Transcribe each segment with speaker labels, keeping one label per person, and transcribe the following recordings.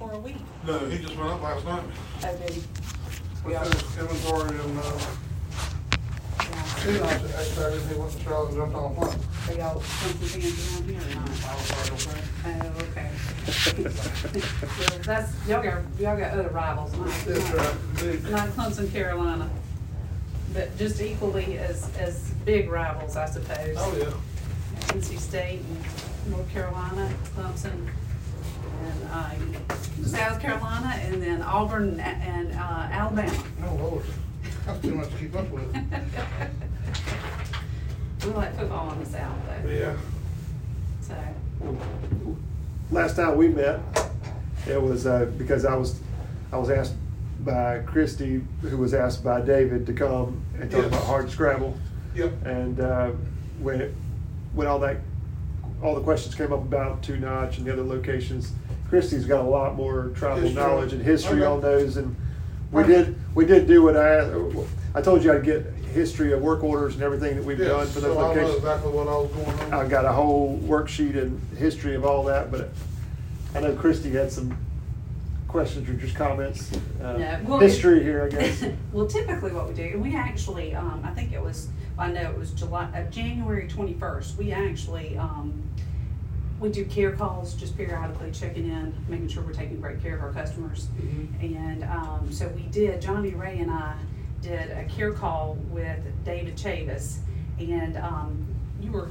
Speaker 1: a week.
Speaker 2: No, he just went up last night.
Speaker 1: Oh, did he?
Speaker 2: With his inventory and, uh, he was
Speaker 1: Yeah.
Speaker 2: excited, he went to Charlotte and jumped on a plane.
Speaker 1: So y'all put some things around here or not?
Speaker 2: I was like, okay.
Speaker 1: Oh, okay. Well, That's, y'all got, y'all got other rivals, not,
Speaker 2: That's right, big.
Speaker 1: not Clemson, Carolina. But just equally as, as big rivals, I suppose.
Speaker 2: Oh, yeah.
Speaker 1: NC State and North Carolina, Clemson, and, uh, South Carolina, and then Auburn a- and, uh, Alabama.
Speaker 2: No, Lord, that's too much to keep up with.
Speaker 1: We like football in the South, though,
Speaker 2: Yeah.
Speaker 1: so.
Speaker 3: last time we met, it was uh, because I was, I was asked by Christy, who was asked by David to come and talk
Speaker 2: Yes.
Speaker 3: about hard scrabble.
Speaker 2: Yep.
Speaker 3: And uh, when it, when all that, all the questions came up about Two Notch and the other locations, Christy's got a lot more tribal
Speaker 2: History.
Speaker 3: knowledge and history
Speaker 2: Okay.
Speaker 3: on those. And we
Speaker 2: Perfect.
Speaker 3: did we did do what I I told you I'd get history of work orders and everything that we've done
Speaker 2: Yes,
Speaker 3: for Ah. those
Speaker 2: so I
Speaker 3: locations.
Speaker 2: know exactly what all was going
Speaker 3: I've
Speaker 2: on.
Speaker 3: got a whole worksheet and history of all that, but I know Christy had some questions or just comments. uh,
Speaker 1: No, well,
Speaker 3: History
Speaker 1: it-
Speaker 3: here, I guess.
Speaker 1: Well, typically what we do, and we actually, um, I think it was, I know it was July, uh, January twenty-first, we actually, um, we do care calls, just periodically checking in, making sure we're taking great care of our customers.
Speaker 2: Mm-hmm.
Speaker 1: And, um, so we did, Johnny Ray and I did a care call with David Chavis, and, um, you were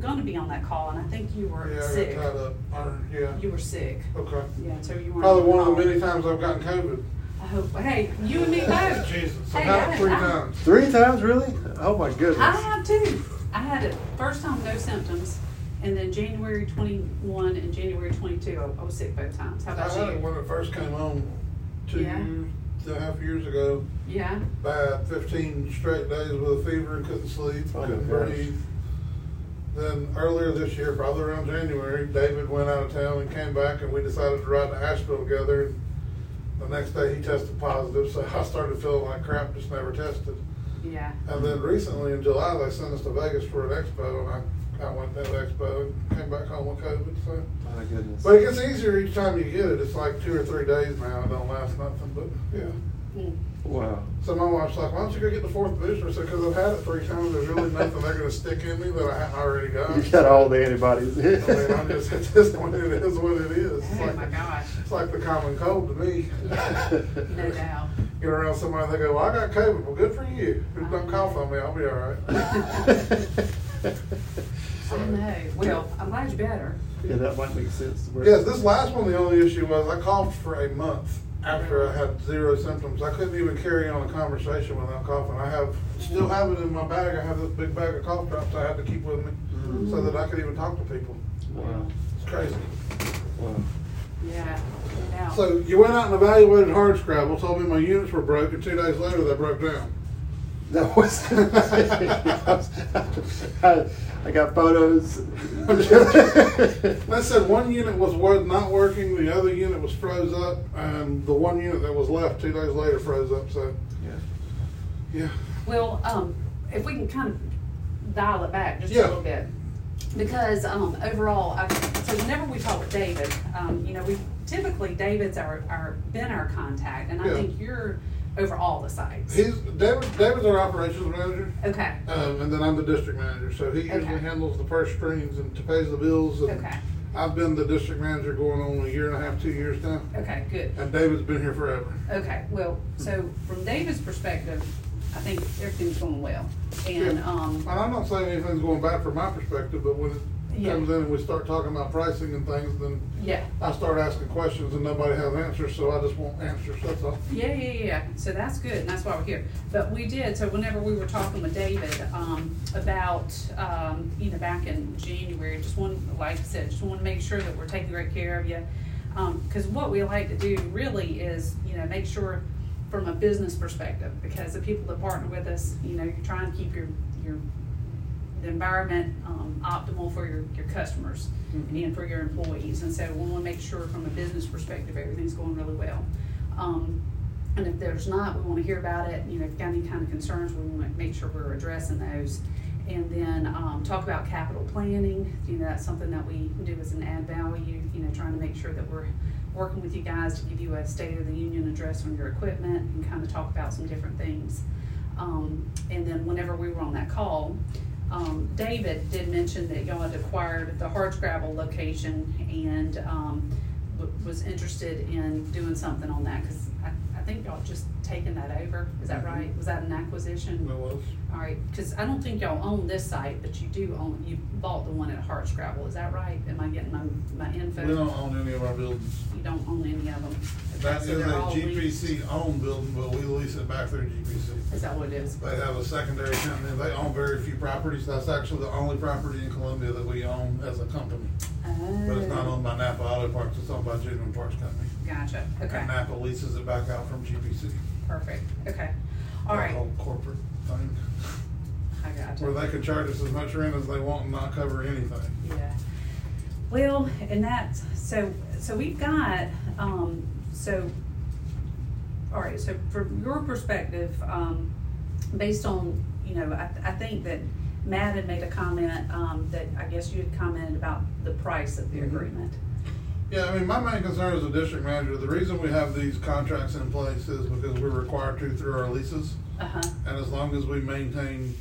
Speaker 1: gonna be on that call, and I think you were
Speaker 2: Yeah, I
Speaker 1: sick.
Speaker 2: got tied up, Or, yeah,
Speaker 1: You were sick,
Speaker 2: okay.
Speaker 1: yeah, so you weren't.
Speaker 2: Probably one of
Speaker 1: on.
Speaker 2: the many times I've gotten COVID.
Speaker 1: I hope, hey, you and me both.
Speaker 2: Jesus,
Speaker 1: Hey,
Speaker 2: I've
Speaker 1: I-
Speaker 2: had it three
Speaker 1: I-
Speaker 2: times.
Speaker 3: Three times, really? Oh, my
Speaker 1: I
Speaker 3: goodness.
Speaker 1: have too. I had it first time, no symptoms, and then January twenty-one and January twenty-two, I- I was sick both times. How
Speaker 2: I
Speaker 1: about
Speaker 2: had it
Speaker 1: you?
Speaker 2: when it first came on, two
Speaker 1: Yeah.
Speaker 2: and a half years ago.
Speaker 1: Yeah,
Speaker 2: Bad, fifteen straight days with a fever, couldn't sleep,
Speaker 3: Oh,
Speaker 2: couldn't
Speaker 3: gosh.
Speaker 2: breathe. Then earlier this year, probably around January, David went out of town and came back, and we decided to ride to Asheville together. And The next day, he tested positive, so I started feeling like crap, just never tested.
Speaker 1: yeah.
Speaker 2: And then recently in July, they sent us to Vegas for an expo, and I, I went to that expo and came back home with COVID. So,
Speaker 3: My goodness.
Speaker 2: but it gets easier each time you get it. It's like two or three days now. It don't last nothing, but yeah.
Speaker 1: Mm.
Speaker 3: Wow.
Speaker 2: So my wife's like, "Why don't you go get the fourth booster?" I said, "Because I've had it three times. There's really nothing they're gonna stick in me that I haven't already got."
Speaker 3: You got all the antibodies.
Speaker 2: I mean, I'm just at this point, it is what it is. It's
Speaker 1: Oh
Speaker 2: like,
Speaker 1: my gosh,
Speaker 2: It's like the common cold to me.
Speaker 1: no doubt.
Speaker 2: Get around somebody, they go, "Well, I got COVID." Well, good for you. Just don't cough on me. I'll be all right.
Speaker 1: I know. Well, I'm glad you're better.
Speaker 3: Yeah, that might make sense. to where-
Speaker 2: Yes, this last one, the only issue was I coughed for a month after I had zero symptoms. I couldn't even carry on a conversation without coughing. I have, still have it in my bag. I have this big bag of cough drops I had to keep with me
Speaker 3: Mm.
Speaker 2: so that I could even talk to people.
Speaker 3: Wow,
Speaker 2: It's crazy.
Speaker 3: wow.
Speaker 1: Yeah, no doubt.
Speaker 2: So you went out and evaluated hard scrabble, told me my units were broke, and two days later they broke down.
Speaker 3: That was. I, I got photos.
Speaker 2: They said one unit was wor- not working, the other unit was froze up, and the one unit that was left two days later froze up. So,
Speaker 3: Yeah.
Speaker 2: yeah.
Speaker 1: Well, um, if we can kind of dial it back just a
Speaker 2: Yeah.
Speaker 1: little bit. Because, um, overall, I, so whenever we talk with David, um, you know, we typically, David's our, our, been our contact, and I
Speaker 2: Yeah.
Speaker 1: think you're over all the sites.
Speaker 2: He's David. David's our operations manager,
Speaker 1: Okay,
Speaker 2: um, and then I'm the district manager. So he usually
Speaker 1: Okay.
Speaker 2: handles the purse strings and to pays the bills. And
Speaker 1: okay,
Speaker 2: I've been the district manager going on a year and a half, two years now,
Speaker 1: okay, good.
Speaker 2: and David's been here forever.
Speaker 1: Okay, well, so from David's perspective, I think everything's going well. And,
Speaker 2: Yeah.
Speaker 1: um,
Speaker 2: And I'm not saying anything's going bad from my perspective, but when it
Speaker 1: Yeah.
Speaker 2: comes in and we start talking about pricing and things, then
Speaker 1: yeah,
Speaker 2: I start asking questions and nobody has answers, so I just want answers. That's all.
Speaker 1: Yeah, yeah, yeah, so that's good, and that's why we're here. But we did, so whenever we were talking with David, um, about, um, you know, back in January, just one, like I said, just wanna make sure that we're taking great care of you. Um, cause what we like to do really is, you know, make sure from a business perspective, because the people that partner with us, you know, you're trying to keep your, your, the environment, um, optimal for your, your customers
Speaker 2: Mhm.
Speaker 1: and for your employees, and so we wanna make sure from a business perspective, everything's going really well. Um, and if there's not, we wanna hear about it, you know, if you've got any kind of concerns, we wanna make sure we're addressing those. And then, um, talk about capital planning, you know, that's something that we do as an add value, you know, trying to make sure that we're working with you guys to give you a state of the union address on your equipment and kind of talk about some different things. Um, and then whenever we were on that call, um, David did mention that y'all had acquired the Hards Gravel location and, um, w- was interested in doing something on that, cause I, I think y'all just taken that over, is that right? Was that an acquisition?
Speaker 2: It was.
Speaker 1: All right, because I don't think y'all own this site, but you do own, you bought the one at Harts Gravel, is that right? Am I getting my, my info?
Speaker 2: We don't own any of our buildings.
Speaker 1: You don't own any of them?
Speaker 2: That
Speaker 1: So
Speaker 2: is a
Speaker 1: they're all leased?
Speaker 2: GPC owned building, but we lease it back through GPC.
Speaker 1: Is that what it is?
Speaker 2: They have a secondary company. They own very few properties. That's actually the only property in Columbia that we own as a company. But it's not owned by Napa Auto Parts, it's owned by Genuine Parts Company.
Speaker 1: Oh, Gotcha, okay,
Speaker 2: And Napa leases it back out from GPC.
Speaker 1: perfect, okay, all
Speaker 2: That
Speaker 1: right,
Speaker 2: whole corporate thing,
Speaker 1: I gotcha.
Speaker 2: where they could charge us as much rent as they want and not cover anything.
Speaker 1: Yeah. Well, and that's, so, so we've got, um, so, all right, so from your perspective, um, based on, you know, I, I think that Matt had made a comment, um, that I guess you had commented about the price of the
Speaker 2: Mhm.
Speaker 1: agreement.
Speaker 2: Yeah, I mean, my main concern as a district manager, the reason we have these contracts in place is because we're required to through our leases.
Speaker 1: Uh-huh,
Speaker 2: And as long as we maintain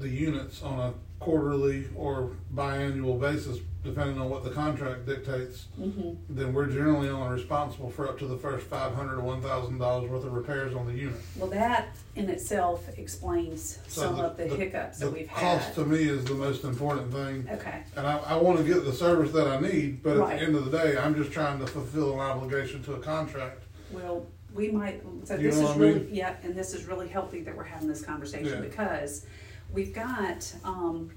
Speaker 2: the units on a quarterly or biannual basis, depending on what the contract dictates,
Speaker 1: mhm,
Speaker 2: then we're generally only responsible for up to the first five hundred to one thousand dollars worth of repairs on the unit.
Speaker 1: well, that in itself explains
Speaker 2: So
Speaker 1: some of the hiccups that
Speaker 2: the
Speaker 1: we've
Speaker 2: Cost
Speaker 1: had.
Speaker 2: to me is the most important thing.
Speaker 1: Okay,
Speaker 2: And I, I wanna get the service that I need, but at
Speaker 1: Right.
Speaker 2: the end of the day, I'm just trying to fulfill an obligation to a contract.
Speaker 1: Well, we might, so
Speaker 2: You
Speaker 1: this
Speaker 2: know
Speaker 1: is
Speaker 2: what I
Speaker 1: really,
Speaker 2: mean?
Speaker 1: yeah, and this is really healthy that we're having this
Speaker 2: Yeah.
Speaker 1: conversation because we've got, um,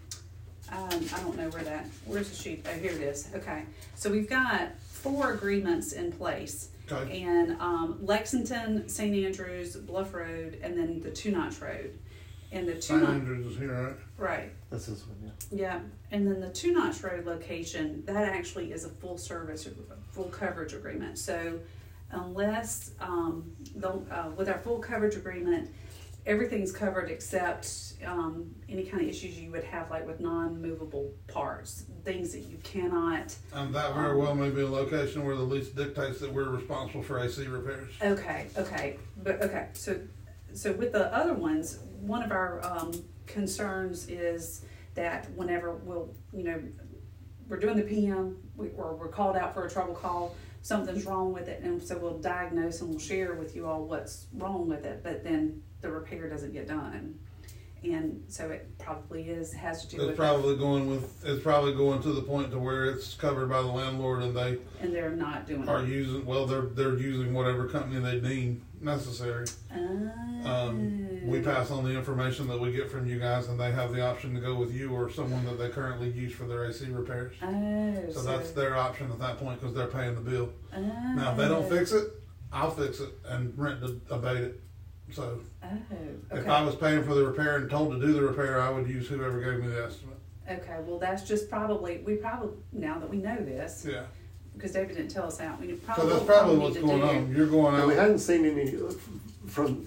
Speaker 1: um, I don't know where that, where's the sheet? Oh, here it is. Okay. So we've got four agreements in place.
Speaker 2: Okay.
Speaker 1: And, um, Lexington, St. Andrews, Bluff Road, and then the Two Notch Road. And the Two
Speaker 2: St.
Speaker 1: Notch,
Speaker 2: Andrews is here, right?
Speaker 1: right,
Speaker 3: That's this one, yeah.
Speaker 1: yeah. And then the Two Notch Road location, that actually is a full service, full coverage agreement. So unless, um, the, uh, with our full coverage agreement, everything's covered except, um, any kind of issues you would have like with non-movable parts, things that you cannot,
Speaker 2: And that very well may be a location where the lease dictates that we're responsible for AC repairs.
Speaker 1: okay, okay, but, okay, so, so with the other ones, one of our, um, concerns is that whenever we'll, you know, we're doing the PM, we, or we're called out for a trouble call, something's wrong with it, and so we'll diagnose and we'll share with you all what's wrong with it, but then the repair doesn't get done. And so it probably is, has to do
Speaker 2: It's
Speaker 1: with,
Speaker 2: probably going with, it's probably going to the point to where it's covered by the landlord and they
Speaker 1: and they're not doing
Speaker 2: are
Speaker 1: it.
Speaker 2: using, well, they're, they're using whatever company they deem necessary. Um, we
Speaker 1: Oh.
Speaker 2: pass on the information that we get from you guys and they have the option to go with you or someone that they currently use for their AC repairs.
Speaker 1: Oh,
Speaker 2: So that's their option at that point because they're paying the bill.
Speaker 1: oh,
Speaker 2: Now, if they don't fix it, I'll fix it and rent to abate it. So
Speaker 1: Oh,
Speaker 2: If I
Speaker 1: okay.
Speaker 2: was paying for the repair and told to do the repair, I would use whoever gave me the estimate.
Speaker 1: Okay, well, that's just probably, we probably, now that we know this,
Speaker 2: Yeah.
Speaker 1: because David didn't tell us out, we
Speaker 2: So
Speaker 1: probably.
Speaker 2: that's probably
Speaker 1: need
Speaker 2: what's
Speaker 1: to
Speaker 2: going
Speaker 1: do-
Speaker 2: on. You're going
Speaker 3: And we
Speaker 2: out,
Speaker 3: hadn't seen any, from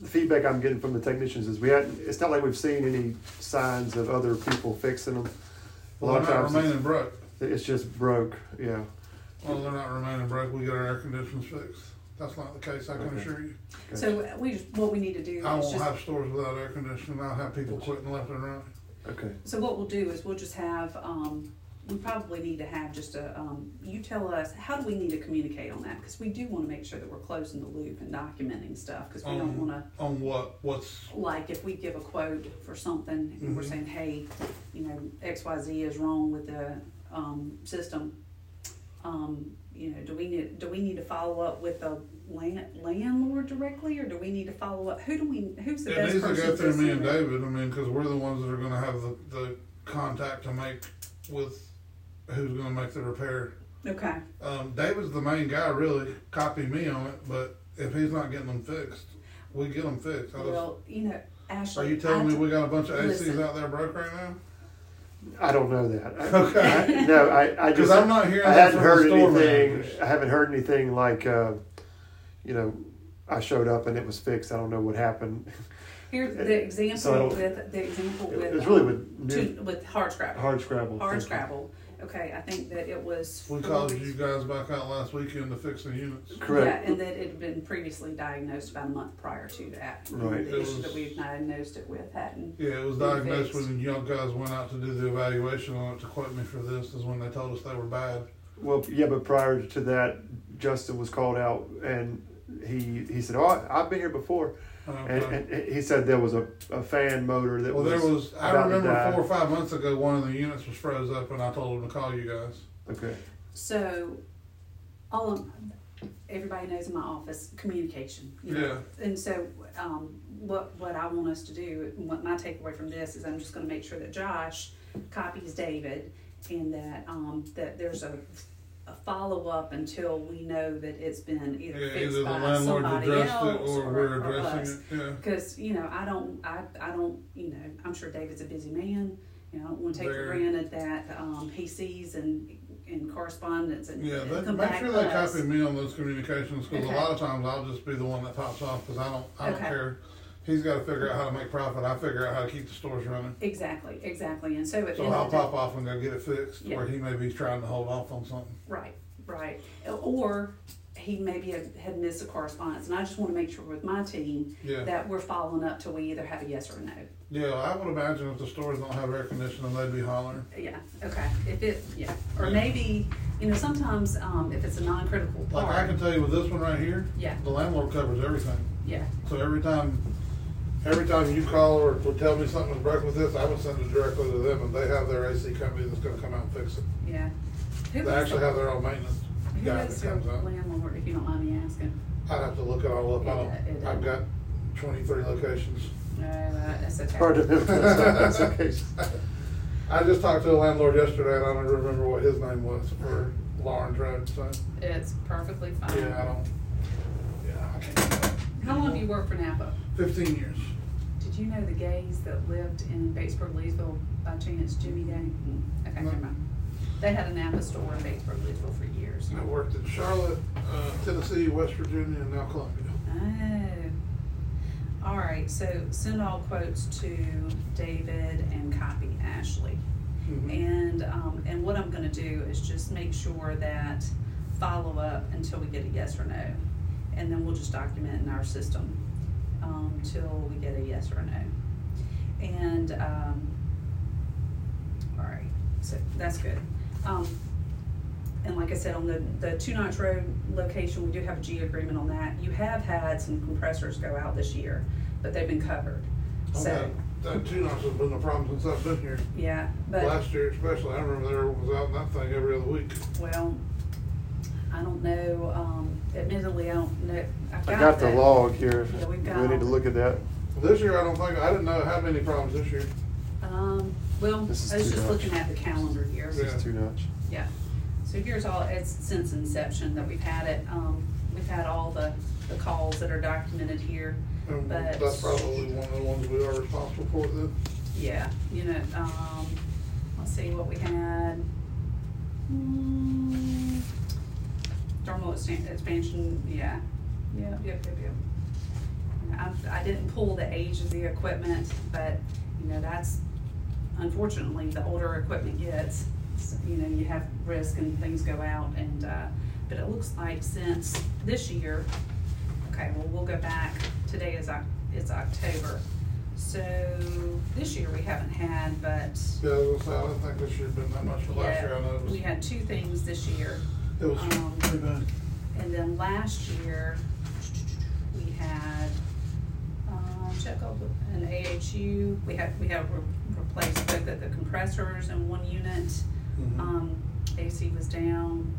Speaker 3: the feedback I'm getting from the technicians is we hadn't, it's not like we've seen any signs of other people fixing them. A
Speaker 2: well,
Speaker 3: lot of
Speaker 2: they're not
Speaker 3: times,
Speaker 2: remaining broke.
Speaker 3: it's- it's just broke, yeah.
Speaker 2: Well, they're not remaining broke. We got our air conditioners fixed. That's not the case, I can
Speaker 3: Okay.
Speaker 2: assure you.
Speaker 1: So we, just- what we need to do
Speaker 2: I
Speaker 1: is
Speaker 2: won't
Speaker 1: just,
Speaker 2: have stores without air conditioning. I'll have people quitting left and right.
Speaker 3: Okay.
Speaker 1: so what we'll do is we'll just have, um, we probably need to have just a, um, you tell us, how do we need to communicate on that? Because we do want to make sure that we're closing the loop and documenting stuff, because we don't
Speaker 2: Um,
Speaker 1: want to
Speaker 2: On what, what's,
Speaker 1: like if we give a quote for something and we're
Speaker 2: Mhm.
Speaker 1: saying, hey, you know, X, Y, Z is wrong with the, um, system. Um, you know, do we need, do we need to follow up with the land, landlord directly or do we need to follow up? Who do we, who's the
Speaker 2: it
Speaker 1: best
Speaker 2: needs to
Speaker 1: person?
Speaker 2: go
Speaker 1: to
Speaker 2: through me and
Speaker 1: send it?
Speaker 2: David, I mean, because we're the ones that are gonna have the, the contact to make with who's gonna make the repair.
Speaker 1: Okay,
Speaker 2: Um, David's the main guy, really. Copy me on it, but if he's not getting them fixed, we get them fixed. I just,
Speaker 1: well, you know, Ashley.
Speaker 2: are you telling
Speaker 1: I
Speaker 2: me
Speaker 1: d-
Speaker 2: we got a bunch of
Speaker 1: Listen.
Speaker 2: ACs out there broke right now?
Speaker 3: I don't know that. I-
Speaker 2: Okay.
Speaker 3: I- No, I, I
Speaker 2: Because
Speaker 3: just,
Speaker 2: I'm
Speaker 3: I
Speaker 2: not hearing that
Speaker 3: hadn't
Speaker 2: from
Speaker 3: heard
Speaker 2: the store
Speaker 3: anything,
Speaker 2: managers.
Speaker 3: I haven't heard anything like, uh, you know, I showed up and it was fixed, I don't know what happened.
Speaker 1: Here's the example
Speaker 3: So-
Speaker 1: with, the example
Speaker 3: It
Speaker 1: with.
Speaker 3: was really
Speaker 1: um,
Speaker 3: with new,
Speaker 1: two- With hard scrabble.
Speaker 3: hard scrabble.
Speaker 1: Hard Scrabble. okay, I think that it was.
Speaker 2: We
Speaker 1: four
Speaker 2: called
Speaker 1: weeks-
Speaker 2: you guys back out last weekend to fix the units.
Speaker 3: Correct.
Speaker 1: Yeah, and that it had been previously diagnosed about a month prior to that.
Speaker 3: Right.
Speaker 1: The issue that we had diagnosed it with hadn't.
Speaker 2: Yeah, it was
Speaker 1: been
Speaker 2: diagnosed
Speaker 1: fixed.
Speaker 2: when y'all guys went out to do the evaluation on it to quote me for this, is when they told us they were bad.
Speaker 3: Well, yeah, but prior to that, Justin was called out and he he said, "Oh, I- I've been here before," and,
Speaker 2: Okay.
Speaker 3: and he said there was a, a fan motor that
Speaker 2: Um, Well,
Speaker 3: was.
Speaker 2: there was, I
Speaker 3: about to
Speaker 2: remember
Speaker 3: die.
Speaker 2: four or five months ago, one of the units was froze up and I told them to call you guys.
Speaker 3: Okay.
Speaker 1: So, all of, everybody knows in my office, communication. you know.
Speaker 2: Yeah.
Speaker 1: And so, um, what, what I want us to do, and what my takeaway from this is I'm just gonna make sure that Josh copies David and that, um, that there's a, a follow-up until we know that it's been
Speaker 2: Yeah,
Speaker 1: either
Speaker 2: either
Speaker 1: fixed
Speaker 2: the
Speaker 1: by
Speaker 2: landlord
Speaker 1: somebody
Speaker 2: addressed it
Speaker 1: else
Speaker 2: or
Speaker 1: or,
Speaker 2: we're
Speaker 1: or us.
Speaker 2: addressing it, yeah.
Speaker 1: Because, you know, I don't, I, I don't, you know, I'm sure David's a busy man, you know, I don't wanna take for
Speaker 2: Very.
Speaker 1: granted that, um, he sees and, and correspondence and
Speaker 2: Yeah,
Speaker 1: and
Speaker 2: they,
Speaker 1: come
Speaker 2: make
Speaker 1: back
Speaker 2: sure
Speaker 1: to
Speaker 2: they
Speaker 1: us.
Speaker 2: copy me on those communications because
Speaker 1: Okay.
Speaker 2: a lot of times I'll just be the one that pops off because I don't I don't
Speaker 1: Okay.
Speaker 2: care. He's got to figure out how to make profit. I figure out how to keep the stores running.
Speaker 1: Exactly, exactly, and so at the
Speaker 2: So
Speaker 1: end
Speaker 2: I'll
Speaker 1: of the day,
Speaker 2: pop off and go get it fixed,
Speaker 1: Yeah.
Speaker 2: or he may be trying to hold off on something.
Speaker 1: right, right, or he maybe had had missed a correspondence, and I just wanna make sure with my team
Speaker 2: Yeah,
Speaker 1: that we're following up till we either have a yes or a no.
Speaker 2: yeah. I would imagine if the stores don't have air conditioning, they'd be hollering.
Speaker 1: Yeah, okay, if it, yeah, or
Speaker 2: Yeah.
Speaker 1: maybe, you know, sometimes, um, if it's a non-critical
Speaker 2: Like I
Speaker 1: part,
Speaker 2: can tell you with this one right here,
Speaker 1: Yeah.
Speaker 2: the landlord covers everything.
Speaker 1: yeah,
Speaker 2: So every time, every time you call or would tell me something was broken with this, I would send it directly to them, and they have their AC company that's going to come out and fix it.
Speaker 1: yeah. Who
Speaker 2: They
Speaker 1: was
Speaker 2: actually
Speaker 1: the-
Speaker 2: have their own maintenance
Speaker 1: Who
Speaker 2: guy
Speaker 1: is
Speaker 2: that
Speaker 1: your
Speaker 2: comes out.
Speaker 1: landlord, if you don't mind me asking?
Speaker 2: I'd have to look it all up. I
Speaker 1: It- it-
Speaker 2: don't, I've got twenty-three locations.
Speaker 1: No, uh, that's okay.
Speaker 3: Part of it. That's okay.
Speaker 2: I just talked to a landlord yesterday and I don't remember what his name was for Lawrence Road, so,
Speaker 1: It's perfectly fine.
Speaker 2: yeah, I don't. Yeah, I can't.
Speaker 1: How long have you worked for Napa?
Speaker 2: Fifteen years.
Speaker 1: Did you know the gays that lived in Batesburg, Leesville, by chance, Jimmy Day? Okay,
Speaker 2: No.
Speaker 1: never mind. They had a Napa store in Batesburg, Leesville for years.
Speaker 2: I worked in Charlotte, uh, Tennessee, West Virginia, and now Columbia.
Speaker 1: Oh. All right, so send all quotes to David and copy Ashley. Mm-hmm.
Speaker 2: Mhm.
Speaker 1: And, um, and what I'm gonna do is just make sure that follow up until we get a yes or no. And then we'll just document in our system, um, till we get a yes or a no. And, um, all right, so that's good. Um, and like I said, on the, the Two Notch Road location, we do have a G agreement on that. You have had some compressors go out this year, but they've been covered. So,
Speaker 2: Okay, That two notch has been a problem since I've been here.
Speaker 1: yeah, but.
Speaker 2: Last year especially, I remember there was out in that thing every other week.
Speaker 1: Well, I don't know, um, admittedly, I don't know. I've
Speaker 3: I got the
Speaker 1: that.
Speaker 3: log here.
Speaker 1: Yeah, we've got
Speaker 3: We need to
Speaker 1: all-
Speaker 3: look at that.
Speaker 2: This year, I don't think, I didn't know how many problems this year.
Speaker 1: Um, well, I was
Speaker 3: This is too
Speaker 1: just
Speaker 3: much.
Speaker 1: looking at the calendar here.
Speaker 3: This is too much.
Speaker 1: Yeah. So here's all, it's since inception that we've had it. Um, we've had all the, the calls that are documented here.
Speaker 2: And
Speaker 1: But-
Speaker 2: That's probably one of the ones we are responsible for then.
Speaker 1: Yeah, you know, um, let's see what we had. Hmm, Thermal expan- expansion, yeah. Yep, yep, yep, yep. I, I didn't pull the age of the equipment, but, you know, that's, unfortunately, the older equipment gets, s- you know, you have risk and things go out and, uh, but it looks like since this year, okay, well, we'll go back, today is Oc- it's October. So this year we haven't had, but,
Speaker 2: Yeah, I was gonna say, I didn't think this year had been that much, but last year I know
Speaker 1: yeah,
Speaker 2: it was,
Speaker 1: we had two things this year.
Speaker 2: it was
Speaker 1: um,
Speaker 2: pretty bad.
Speaker 1: And then last year, we had, um, check out an AHU, we had, we had re- replaced both of the compressors in one unit.
Speaker 2: Mm-hmm.
Speaker 1: Um, AC was down,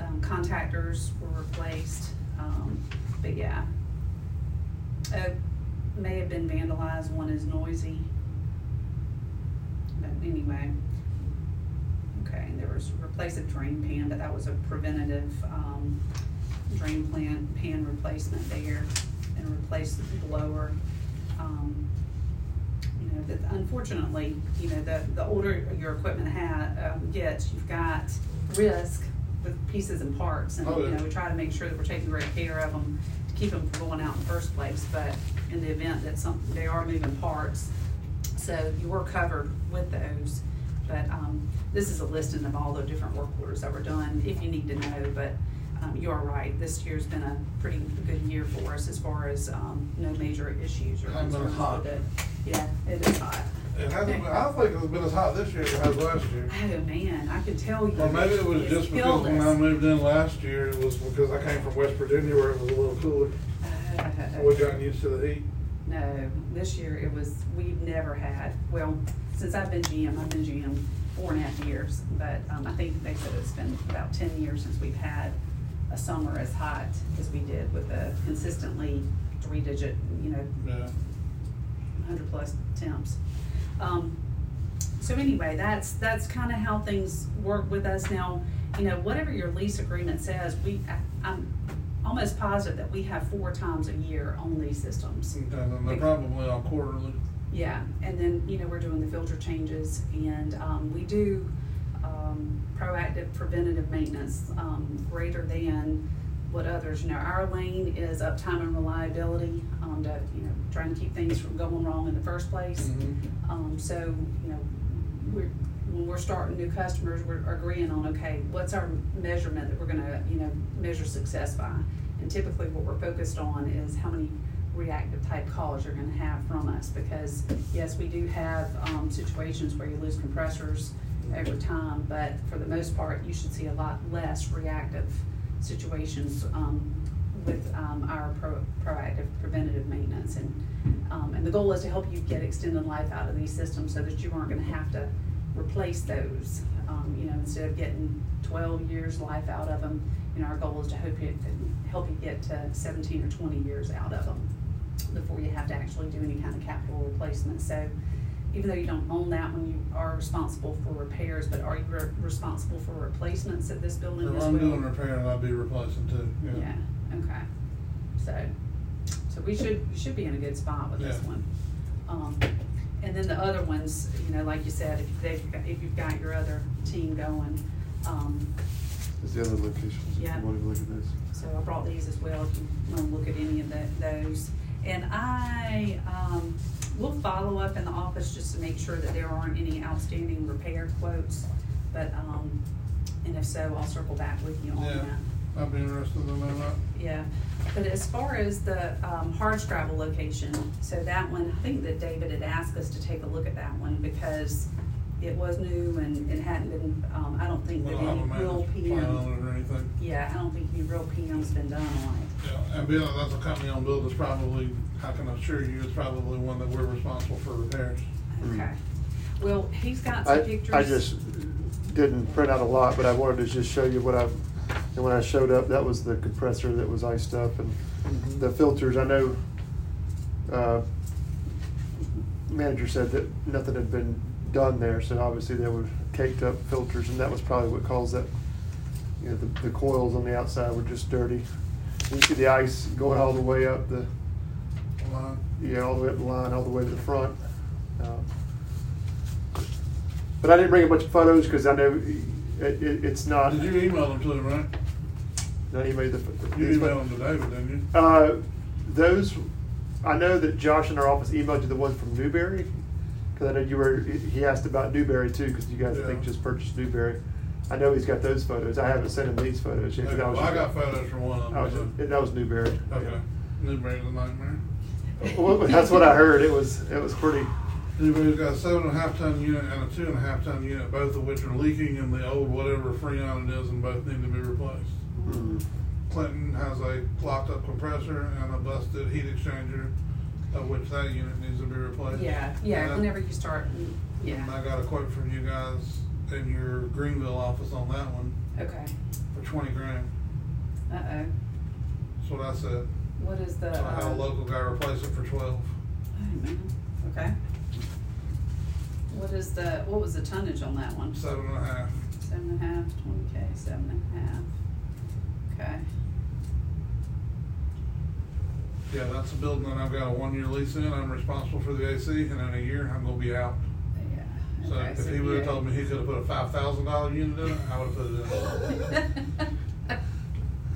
Speaker 1: um, contactors were replaced, um, but yeah. Uh, may have been vandalized, one is noisy. But anyway. Okay, and there was replace a drain pan, but that was a preventative, um, drain plan, pan replacement there and replace the blower. Um, you know, that unfortunately, you know, the, the older your equipment ha, um, gets, you've got risk with pieces and parts. And,
Speaker 2: Oh,
Speaker 1: you
Speaker 2: yeah.
Speaker 1: know, we try to make sure that we're taking great care of them to keep them from going out in the first place. But in the event that some, they are moving parts, so you were covered with those. But um, this is a listing of all the different work orders that were done, if you need to know. But um, you are right, this year's been a pretty good year for us as far as um, no major issues or
Speaker 2: Hot, hot.
Speaker 1: concerns with it. Yeah, it is hot.
Speaker 2: It hasn't, been- I don't think it's been as hot this year as it has last year.
Speaker 1: Oh, man, I could tell you.
Speaker 2: Or maybe it was
Speaker 1: it's
Speaker 2: just because
Speaker 1: killed
Speaker 2: when
Speaker 1: us.
Speaker 2: I moved in last year, it was because I came from West Virginia where it was a little cooler.
Speaker 1: Uh,
Speaker 2: We'd gotten used to the heat.
Speaker 1: No, this year it was, we've never had, well, since I've been GM, I've been GM four and a half years, but, um, I think they said it's been about ten years since we've had a summer as hot as we did with a consistently three-digit, you know,
Speaker 2: Yeah.
Speaker 1: hundred plus temps. Um, so anyway, that's, that's kind of how things work with us now. You know, whatever your lease agreement says, we, I- I'm almost positive that we have four times a year on these systems.
Speaker 2: And then they're probably on quarterly.
Speaker 1: Yeah, and then, you know, we're doing the filter changes and, um, we do, um, proactive preventative maintenance, um, greater than what others, you know, our lane is uptime and reliability, um, to, you know, trying to keep things from going wrong in the first place.
Speaker 2: Mm-hmm.
Speaker 1: Um, so, you know, we're, when we're starting new customers, we're agreeing on, okay, what's our measurement that we're gonna, you know, measure success by? And typically what we're focused on is how many reactive type calls you're gonna have from us, because yes, we do have, um, situations where you lose compressors over time, but for the most part, you should see a lot less reactive situations, um, with, um, our pro- proactive preventative maintenance and um, and the goal is to help you get extended life out of these systems so that you aren't gonna have to replace those. Um, you know, instead of getting twelve years life out of them, you know, our goal is to hope you, to help you get to seventeen or twenty years out of them before you have to actually do any kind of capital replacement. So even though you don't own that one, you are responsible for repairs, but are you re- responsible for replacements of this building
Speaker 2: If
Speaker 1: as well?
Speaker 2: I'm doing repair, I'd be replacing too, yeah.
Speaker 1: Yeah, okay. So, so we should, we should be in a good spot with this
Speaker 2: Yeah.
Speaker 1: one. Um, and then the other ones, you know, like you said, if they've, got- if you've got your other team going, um,
Speaker 4: Is the other locations, if
Speaker 1: Yeah.
Speaker 4: you want to look at this.
Speaker 1: so I brought these as well, if you wanna look at any of tho- those. And I, um, will follow up in the office just to make sure that there aren't any outstanding repair quotes. But, um, and if so, I'll circle back with you on
Speaker 2: Yeah.
Speaker 1: that.
Speaker 2: I'd be interested in that.
Speaker 1: Yeah, but as far as the um, hard scrabble location, so that one, I think that David had asked us to take a look at that one because it was new and it hadn't been, um, I don't think
Speaker 2: We
Speaker 1: that
Speaker 2: don't have
Speaker 1: any
Speaker 2: a
Speaker 1: real
Speaker 2: maintenance plan
Speaker 1: PM.
Speaker 2: on it or anything.
Speaker 1: Yeah, I don't think any real PM's been done on it.
Speaker 2: Yeah, and being that that's a company owned build, it's probably, I can assure you, it's probably one that we're responsible for repairs.
Speaker 4: Mm.
Speaker 1: Okay. Well, he's got some
Speaker 3: I,
Speaker 1: pictures.
Speaker 3: I just didn't print out a lot, but I wanted to just show you what I, and when I showed up, that was the compressor that was iced up and the filters, I know, uh, manager said that nothing had been done there, so obviously there were caked up filters and that was probably what caused that. You know, the, the coils on the outside were just dirty. You see the ice going all the way up the,
Speaker 2: Line.
Speaker 3: yeah, all the way up the line, all the way to the front. Um, But I didn't bring a bunch of photos because I know it, it, it's not,
Speaker 2: Did you email them to him, right?
Speaker 3: not even the.
Speaker 2: You emailed them to David, didn't you?
Speaker 3: Uh, those, I know that Josh in our office emailed you the one from Newberry, because I know you were, he he asked about Newberry too, because you guys, I think,
Speaker 2: Yeah.
Speaker 3: just purchased Newberry. I know he's got those photos. I haven't sent him these photos yet. 'cause that
Speaker 2: Well,
Speaker 3: was
Speaker 2: I got
Speaker 3: just-
Speaker 2: photos from one of
Speaker 3: I was
Speaker 2: them.
Speaker 3: just-
Speaker 2: so-
Speaker 3: That was Newberry.
Speaker 2: Okay. Newberry's a nightmare.
Speaker 3: Well, That's what I heard. It was, it was pretty,
Speaker 2: Newberry's got a seven and a half ton unit and a two and a half ton unit, both of which are leaking and the old whatever freon it is and both need to be replaced.
Speaker 3: mm,
Speaker 2: Clinton has a locked up compressor and a busted heat exchanger, of which that unit needs to be replaced.
Speaker 1: Yeah,
Speaker 2: And
Speaker 1: yeah,
Speaker 2: I-
Speaker 1: whenever you start,
Speaker 2: And
Speaker 1: yeah,
Speaker 2: I got a quote from you guys in your Greenville office on that one
Speaker 1: okay.
Speaker 2: for twenty grand.
Speaker 1: Uh-oh,
Speaker 2: That's what I said.
Speaker 1: what is the?
Speaker 2: So I had a
Speaker 1: uh,
Speaker 2: local guy replace it for twelve.
Speaker 1: Okay. What is the, what was the tonnage on that one?
Speaker 2: Seven and a half.
Speaker 1: Seven and a half, twenty K, seven and a half. Okay,
Speaker 2: Yeah, that's a building that I've got a one year lease in. I'm responsible for the AC and in a year I'm gonna be out.
Speaker 1: yeah.
Speaker 2: So
Speaker 1: okay,
Speaker 2: if he would've
Speaker 1: yeah.
Speaker 2: told me he could've put a five thousand dollar unit in it, I would've put it in.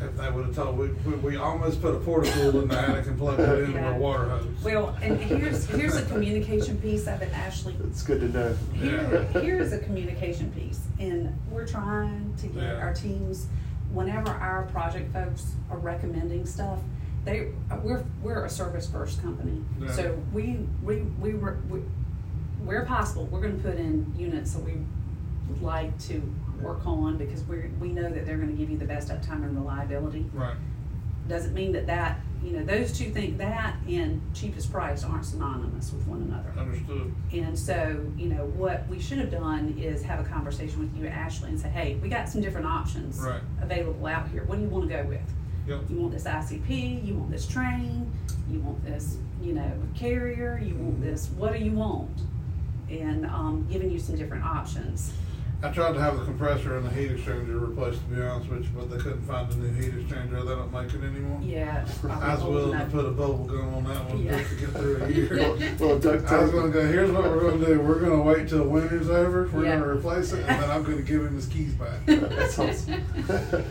Speaker 2: If That would have told, we, we, we almost put a porta pool in the attic and plugged it in with
Speaker 1: Yeah.
Speaker 2: a water hose.
Speaker 1: Well, and here's, here's a communication piece of it, Ashley.
Speaker 3: It's good to know.
Speaker 1: Here, here is a communication piece, and we're trying to get
Speaker 2: Yeah.
Speaker 1: our teams, whenever our project folks are recommending stuff, they, we're, we're a service first company.
Speaker 2: Yeah.
Speaker 1: So we, we, we, were- we, where possible, we're gonna put in units that we would like to work on, because we're, we know that they're gonna give you the best uptime and reliability
Speaker 2: Right.
Speaker 1: doesn't mean that that, you know, those two things, that and cheapest price aren't synonymous with one another.
Speaker 2: Understood.
Speaker 1: And so, you know, what we should have done is have a conversation with you, Ashley, and say, hey, we got some different options
Speaker 2: Right.
Speaker 1: available out here. What do you want to go with?
Speaker 2: Yep.
Speaker 1: You want this ICP, you want this train, you want this, you know, carrier, you want this, what do you want? And, um, giving you some different options.
Speaker 2: I tried to have the compressor and the heat exchanger replaced, to be honest with you, but they couldn't find a new heat exchanger. They don't make it anymore.
Speaker 1: Yeah. it's probably
Speaker 2: I was
Speaker 1: old
Speaker 2: willing to
Speaker 1: enough.
Speaker 2: put a bubble gum on that one just to get through a
Speaker 1: Yeah.
Speaker 2: year.
Speaker 3: Well, duct tape.
Speaker 2: I was gonna go, here's what we're gonna do. We're gonna wait till winter's over. We're
Speaker 1: Yeah.
Speaker 2: gonna replace it, and then I'm gonna give him his keys back.
Speaker 3: That's awesome.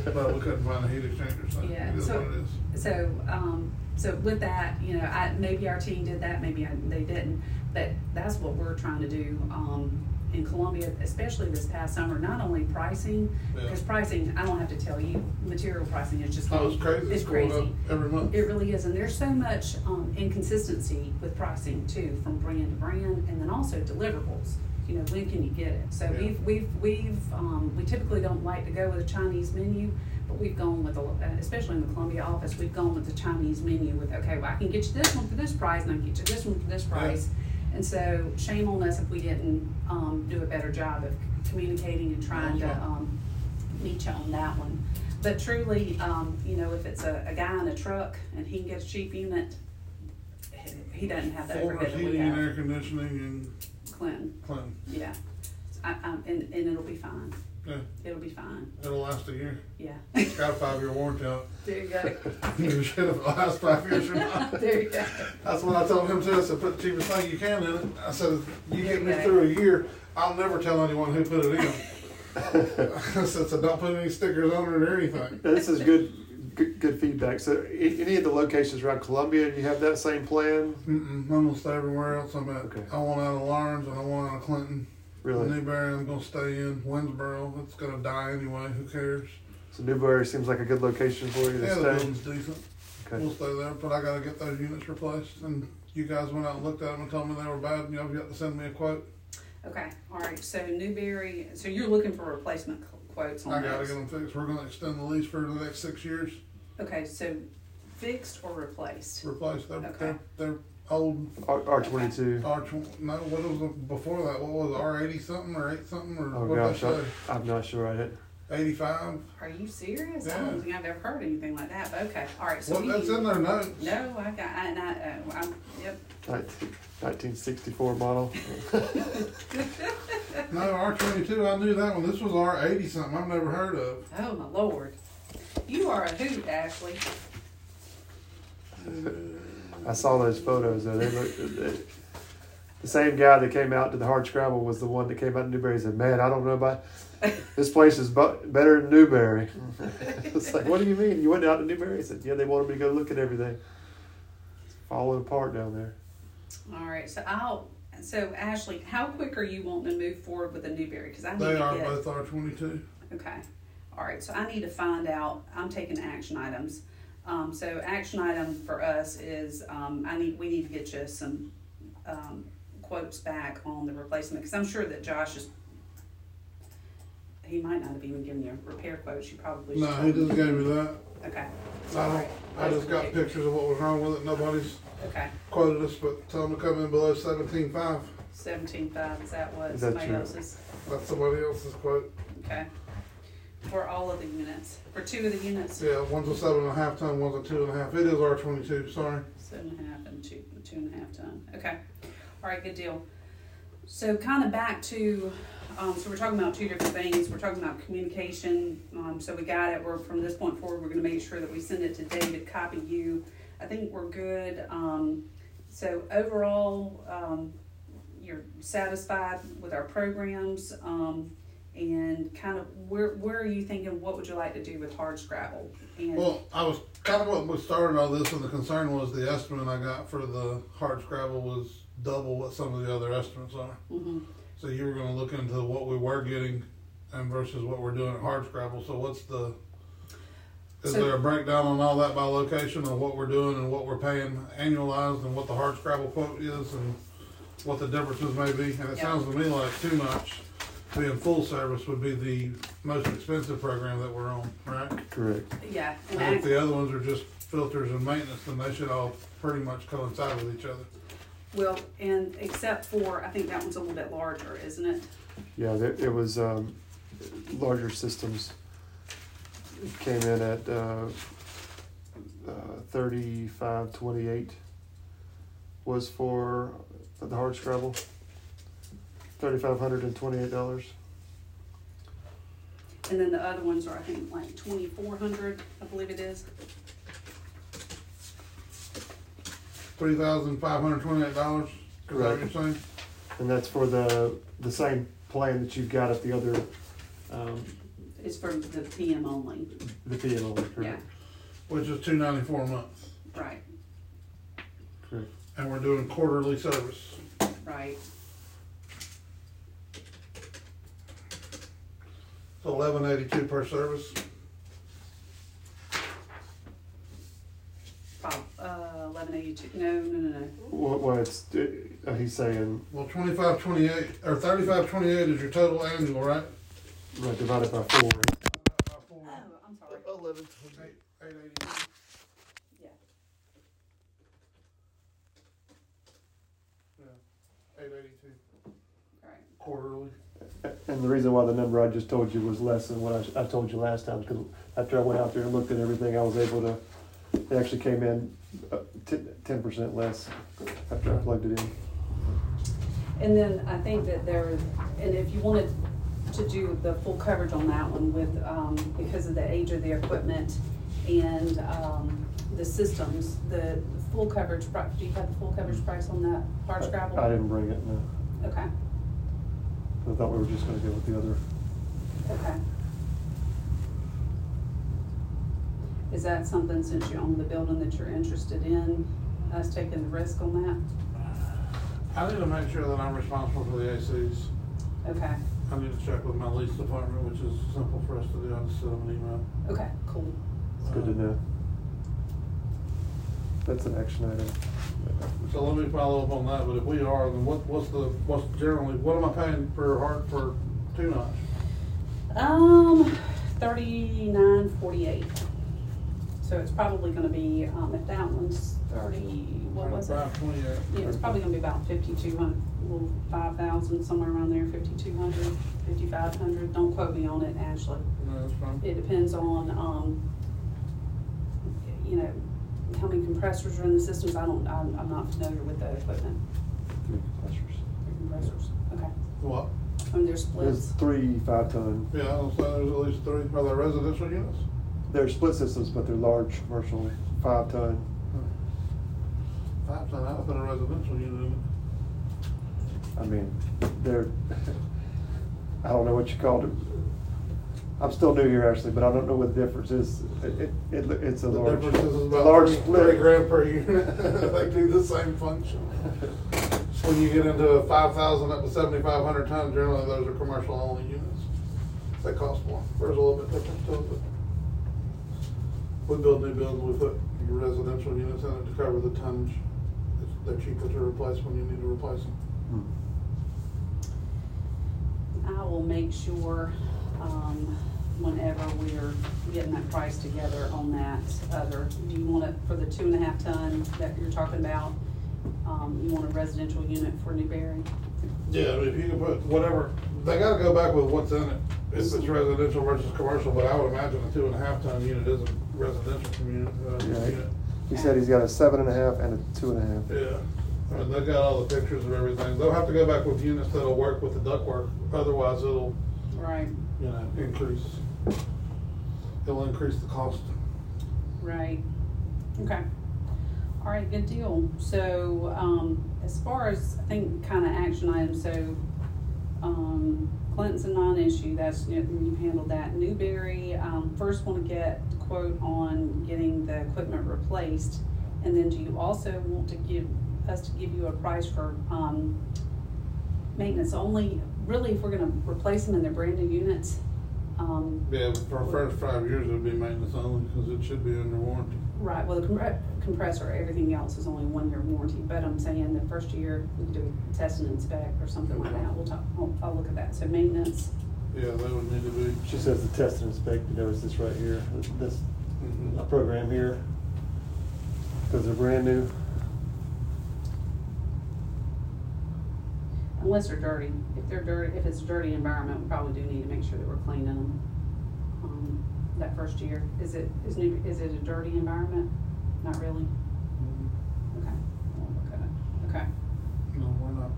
Speaker 2: But we couldn't find a heat exchanger, so
Speaker 1: Yeah,
Speaker 2: it is
Speaker 1: so-
Speaker 2: what it is.
Speaker 1: So, um, so with that, you know, I, maybe our team did that, maybe I- they didn't, but that's what we're trying to do, um, in Columbia, especially this past summer, not only pricing,
Speaker 2: Yeah.
Speaker 1: because pricing, I don't have to tell you, material pricing is just.
Speaker 2: Oh, it's crazy.
Speaker 1: It's
Speaker 2: going up
Speaker 1: crazy.
Speaker 2: Every month.
Speaker 1: It really is, and there's so much, um, inconsistency with pricing too, from brand to brand, and then also deliverables. You know, when can you get it? So
Speaker 2: Yeah.
Speaker 1: we've, we've, we've, um, we typically don't like to go with a Chinese menu, but we've gone with, a lo- uh, especially in the Columbia office, we've gone with the Chinese menu with, okay, well, I can get you this one for this price, and I can get you this one for this
Speaker 2: Yeah.
Speaker 1: price. And so shame on us if we didn't, um, do a better job of communicating and trying to,
Speaker 2: That's right.
Speaker 1: um, meet you on that one. But truly, um, you know, if it's a, a guy in a truck and he can get a cheap unit, he- he doesn't have the
Speaker 2: Forward
Speaker 1: overhead that we
Speaker 2: heating and air
Speaker 1: have.
Speaker 2: conditioning and
Speaker 1: Clinton,
Speaker 2: Clinton.
Speaker 1: yeah. I, I, and, and it'll be fine.
Speaker 2: Yeah,
Speaker 1: It'll be fine,
Speaker 2: it'll last a year.
Speaker 1: yeah.
Speaker 2: It's got a five-year warranty on it.
Speaker 1: There you go.
Speaker 2: Give a shit if it lasts five years or not.
Speaker 1: There you go.
Speaker 2: That's what I told him too. I said, put the cheapest thing you can in it. I said, you get me
Speaker 1: Okay.
Speaker 2: through a year, I'll never tell anyone who put it in. I said, so don't put any stickers on it or anything.
Speaker 3: This is good, good, good feedback. So, a- any of the locations around Columbia, you have that same plan?
Speaker 2: Mm-mm, I'm gonna stay everywhere else I'm at.
Speaker 3: Okay.
Speaker 2: I want out of Lawrence and I want out of Clinton.
Speaker 3: Really?
Speaker 2: Newberry, I'm gonna stay in. Winsboro, it's gonna die anyway. Who cares?
Speaker 3: So Newberry seems like a good location for
Speaker 2: Yeah,
Speaker 3: you to
Speaker 2: the
Speaker 3: stay.
Speaker 2: building's decent. We'll
Speaker 3: Okay.
Speaker 2: stay there, but I gotta get those units replaced. And you guys went out and looked at them and told me they were bad. And y'all got to send me a quote.
Speaker 1: Okay, all right, so Newberry, so you're looking for replacement quotes
Speaker 3: Oh,
Speaker 2: I
Speaker 1: on
Speaker 2: gotta get
Speaker 1: those?
Speaker 2: them fixed. We're gonna extend the lease for the next six years.
Speaker 1: Okay, so fixed or replaced?
Speaker 2: Replace their,
Speaker 1: Okay.
Speaker 2: their, their old
Speaker 3: R twenty two.
Speaker 2: R tw- no, what was the, before that? What was R eighty something or eight something or
Speaker 3: Oh
Speaker 2: what did I
Speaker 3: gosh,
Speaker 2: say?
Speaker 3: I, I'm not sure I hit.
Speaker 2: Eighty five?
Speaker 1: Are you serious? I don't
Speaker 2: Yeah.
Speaker 1: think I've ever heard anything like that, but okay, all right, so
Speaker 2: Well,
Speaker 1: we.
Speaker 2: that's in their notes.
Speaker 1: No, I got, I, and I, uh, I'm, yep,
Speaker 3: Nineteen sixty four model.
Speaker 2: No, R twenty two. I knew that one. This was R eighty something. I've never heard of.
Speaker 1: oh my lord. You are a hoot, Ashley.
Speaker 3: I saw those photos though. They looked. they- the same guy that came out to the hard scramble was the one that came out in Newberry and said, "Man, I don't know about this place is bu- better than Newberry." it's like, what do you mean? You went out to Newberry? He said, "Yeah, they wanted me to go look at everything. It's falling apart down there."
Speaker 1: All right, so I'll, so Ashley, how quick are you wanting to move forward with the Newberry? Cause I need
Speaker 2: They are
Speaker 1: to
Speaker 2: both R twenty two.
Speaker 1: get, okay. All right, so I need to find out, I'm taking action items. Um, so action item for us is, um, I need, we need to get you some, um, quotes back on the replacement, cause I'm sure that Josh is, he might not have even given you repair quotes, you probably should.
Speaker 2: No, he just gave me that.
Speaker 1: Okay.
Speaker 2: I don't. I just got pictures of what was wrong with it. Nobody's
Speaker 1: Okay,
Speaker 2: quoted us, but tell them to come in below seventeen five.
Speaker 1: seventeen five, is that what
Speaker 3: Is that
Speaker 1: somebody
Speaker 3: your-
Speaker 1: else's?
Speaker 2: That's somebody else's quote.
Speaker 1: Okay. For all of the units, for two of the units,
Speaker 2: Yeah, one's a seven and a half ton, one's a two and a half. It is R twenty two. Sorry.
Speaker 1: seven and a half and two, two and a half ton, okay. All right, good deal. So kind of back to, um, so we're talking about two different things, we're talking about communication, um, so we got it, we're, from this point forward, we're gonna make sure that we send it to David, copy you. I think we're good, um, so overall, um, you're satisfied with our programs, um, And kind of where where are you thinking? What would you like to do with hard scrabble? And
Speaker 2: Well, I was kind of what we started all this, and the concern was the estimate I got for the hard scrabble was double what some of the other estimates are.
Speaker 1: Mhm.
Speaker 2: So you were going to look into what we were getting and versus what we're doing at hard scrabble. So what's the is
Speaker 1: So-
Speaker 2: there a breakdown on all that by location of what we're doing and what we're paying annualized and what the hard scrabble quote is and what the differences may be? And it
Speaker 1: Yeah.
Speaker 2: sounds to me like too much being full service would be the most expensive program that we're on, right?
Speaker 3: Correct.
Speaker 1: yeah, and
Speaker 2: And if
Speaker 1: act-
Speaker 2: the other ones are just filters and maintenance, then they should all pretty much coincide with each other.
Speaker 1: well, and except for I think that one's a little bit larger, isn't it?
Speaker 3: Yeah, there, it was, um, larger systems came in at, uh, uh, thirty-five twenty-eight was for the hard scrabble. Thirty-five hundred and twenty-eight dollars.
Speaker 1: And then the other ones are I think like twenty four hundred, I believe it is.
Speaker 2: Three thousand five hundred twenty-eight dollars, is that what you're
Speaker 3: Right.
Speaker 2: saying?
Speaker 3: And that's for the, the same plan that you've got at the other, um,
Speaker 1: It's for the PM only.
Speaker 3: the PMO,
Speaker 1: Yeah,
Speaker 3: correct?
Speaker 2: Which is two ninety-four a month,
Speaker 1: right,
Speaker 3: Correct.
Speaker 2: and we're doing quarterly service.
Speaker 1: right.
Speaker 2: It's eleven eighty-two per service,
Speaker 1: Prob, uh, eleven eighty two. No, no, no, no.
Speaker 3: Well, well, it's, uh, he's saying,
Speaker 2: well, twenty-five twenty-eight, or thirty-five twenty-eight is your total annual, right?
Speaker 3: right, divided by four.
Speaker 1: Oh, I'm sorry.
Speaker 2: Eleven twenty-eight, eight eighty-two.
Speaker 1: Yeah.
Speaker 2: Eight eighty-two
Speaker 1: Right.
Speaker 2: quarterly.
Speaker 3: And the reason why the number I just told you was less than what I, I told you last time, because after I went out there and looked at everything, I was able to, it actually came in uh, ten percent less after I plugged it in.
Speaker 1: And then I think that there, and if you wanted to do the full coverage on that one with, um, because of the age of the equipment and, um, the systems, the full coverage, pri- do you have the full coverage price on that hard scrabble?
Speaker 3: I didn't bring it, no.
Speaker 1: Okay,
Speaker 3: I thought we were just gonna go with the other.
Speaker 1: okay. Is that something, since you own the building, that you're interested in, us taking the risk on that?
Speaker 2: I need to make sure that I'm responsible for the ACs.
Speaker 1: Okay,
Speaker 2: I need to check with my lease department, which is simple for us to do, I'll just send them an email. Uh,
Speaker 1: okay, cool.
Speaker 3: It's good to know. That's an action item.
Speaker 2: So let me follow up on that, but if we are, then what, what's the, what's generally, what am I paying per heart for two notch?
Speaker 1: Um, thirty-nine forty-eight. So it's probably gonna be, um, if that one's thirty, what was it?
Speaker 2: Five twenty-eight.
Speaker 1: Yeah, it's probably gonna be about fifty-two hundred, well, five thousand, somewhere around there, fifty-two hundred, fifty-five hundred. Don't quote me on it, Ashley.
Speaker 2: No, that's fine.
Speaker 1: It depends on, um, you know, how many compressors are in the systems. I don't, I'm, I'm not familiar with the equipment,
Speaker 3: Three compressors.
Speaker 1: the compressors. Okay,
Speaker 2: What?
Speaker 1: I mean, there's
Speaker 3: There's
Speaker 1: splits.
Speaker 3: three five-ton,
Speaker 2: Yeah, I'll say there's at least three, are there residential units?
Speaker 3: they're split systems, but they're large commercial, five-ton.
Speaker 2: Hmm. Five, ten, I would put a residential unit in
Speaker 3: I mean, they're, I don't know what you called it. I'm still new here, actually, but I don't know what the difference is. It, it, it's
Speaker 2: it.
Speaker 3: a
Speaker 2: The
Speaker 3: large,
Speaker 2: difference is about
Speaker 3: large
Speaker 2: three, three
Speaker 3: split.
Speaker 2: grand per unit, they do the same function. When you get into five thousand up to seventy-five hundred tons, generally those are commercial only units. They cost more, There's a little bit different to it, but we build new buildings, we put residential units in it to cover the tonnage. It's- They're cheaper to replace when you need to replace them.
Speaker 3: Hmm.
Speaker 1: I will make sure, um, whenever we're getting that price together on that other, do you want it for the two and a half ton that you're talking about? Um, you want a residential unit for Newberry?
Speaker 2: Yeah, I mean, if you can put whatever, they gotta go back with what's in it, if it's residential versus commercial, but I would imagine a two and a half ton unit is a residential community, uh,
Speaker 3: Yeah.
Speaker 2: unit.
Speaker 3: He said he's got a seven and a half and a two and a half.
Speaker 2: Yeah, I mean, they got all the pictures of everything, they'll have to go back with units that'll work with the ductwork, otherwise it'll,
Speaker 1: Right,
Speaker 2: you know, increase. It'll increase the cost.
Speaker 1: right. Okay. All right, good deal. So, um, as far as, I think, kind of action items, so, um, Clinton's a non-issue, that's, you know, you've handled that. Newberry, um, first wanna get the quote on getting the equipment replaced. And then do you also want to give, us to give you a price for, um, maintenance only? Really, if we're gonna replace them in their brand new units, um,
Speaker 2: Yeah, but for the first five years, it'd be maintenance only, because it should be under warranty.
Speaker 1: right, well, the compre- compressor, everything else is only one year warranty. But I'm saying the first year, we could do a test and inspect or something like that, we'll talk, I'll, I'll look at that. So maintenance,
Speaker 2: Yeah, they would need to be.
Speaker 4: She says the test and inspect, you know, is this right here, this,
Speaker 2: Mhm.
Speaker 4: a program here, because they're brand new.
Speaker 1: Unless they're dirty. If they're dirty, if it's a dirty environment, we probably do need to make sure that we're cleaning them, um, that first year. Is it, is new, is it a dirty environment? Not really? Okay, we'll look at it, okay.
Speaker 2: No, we're not,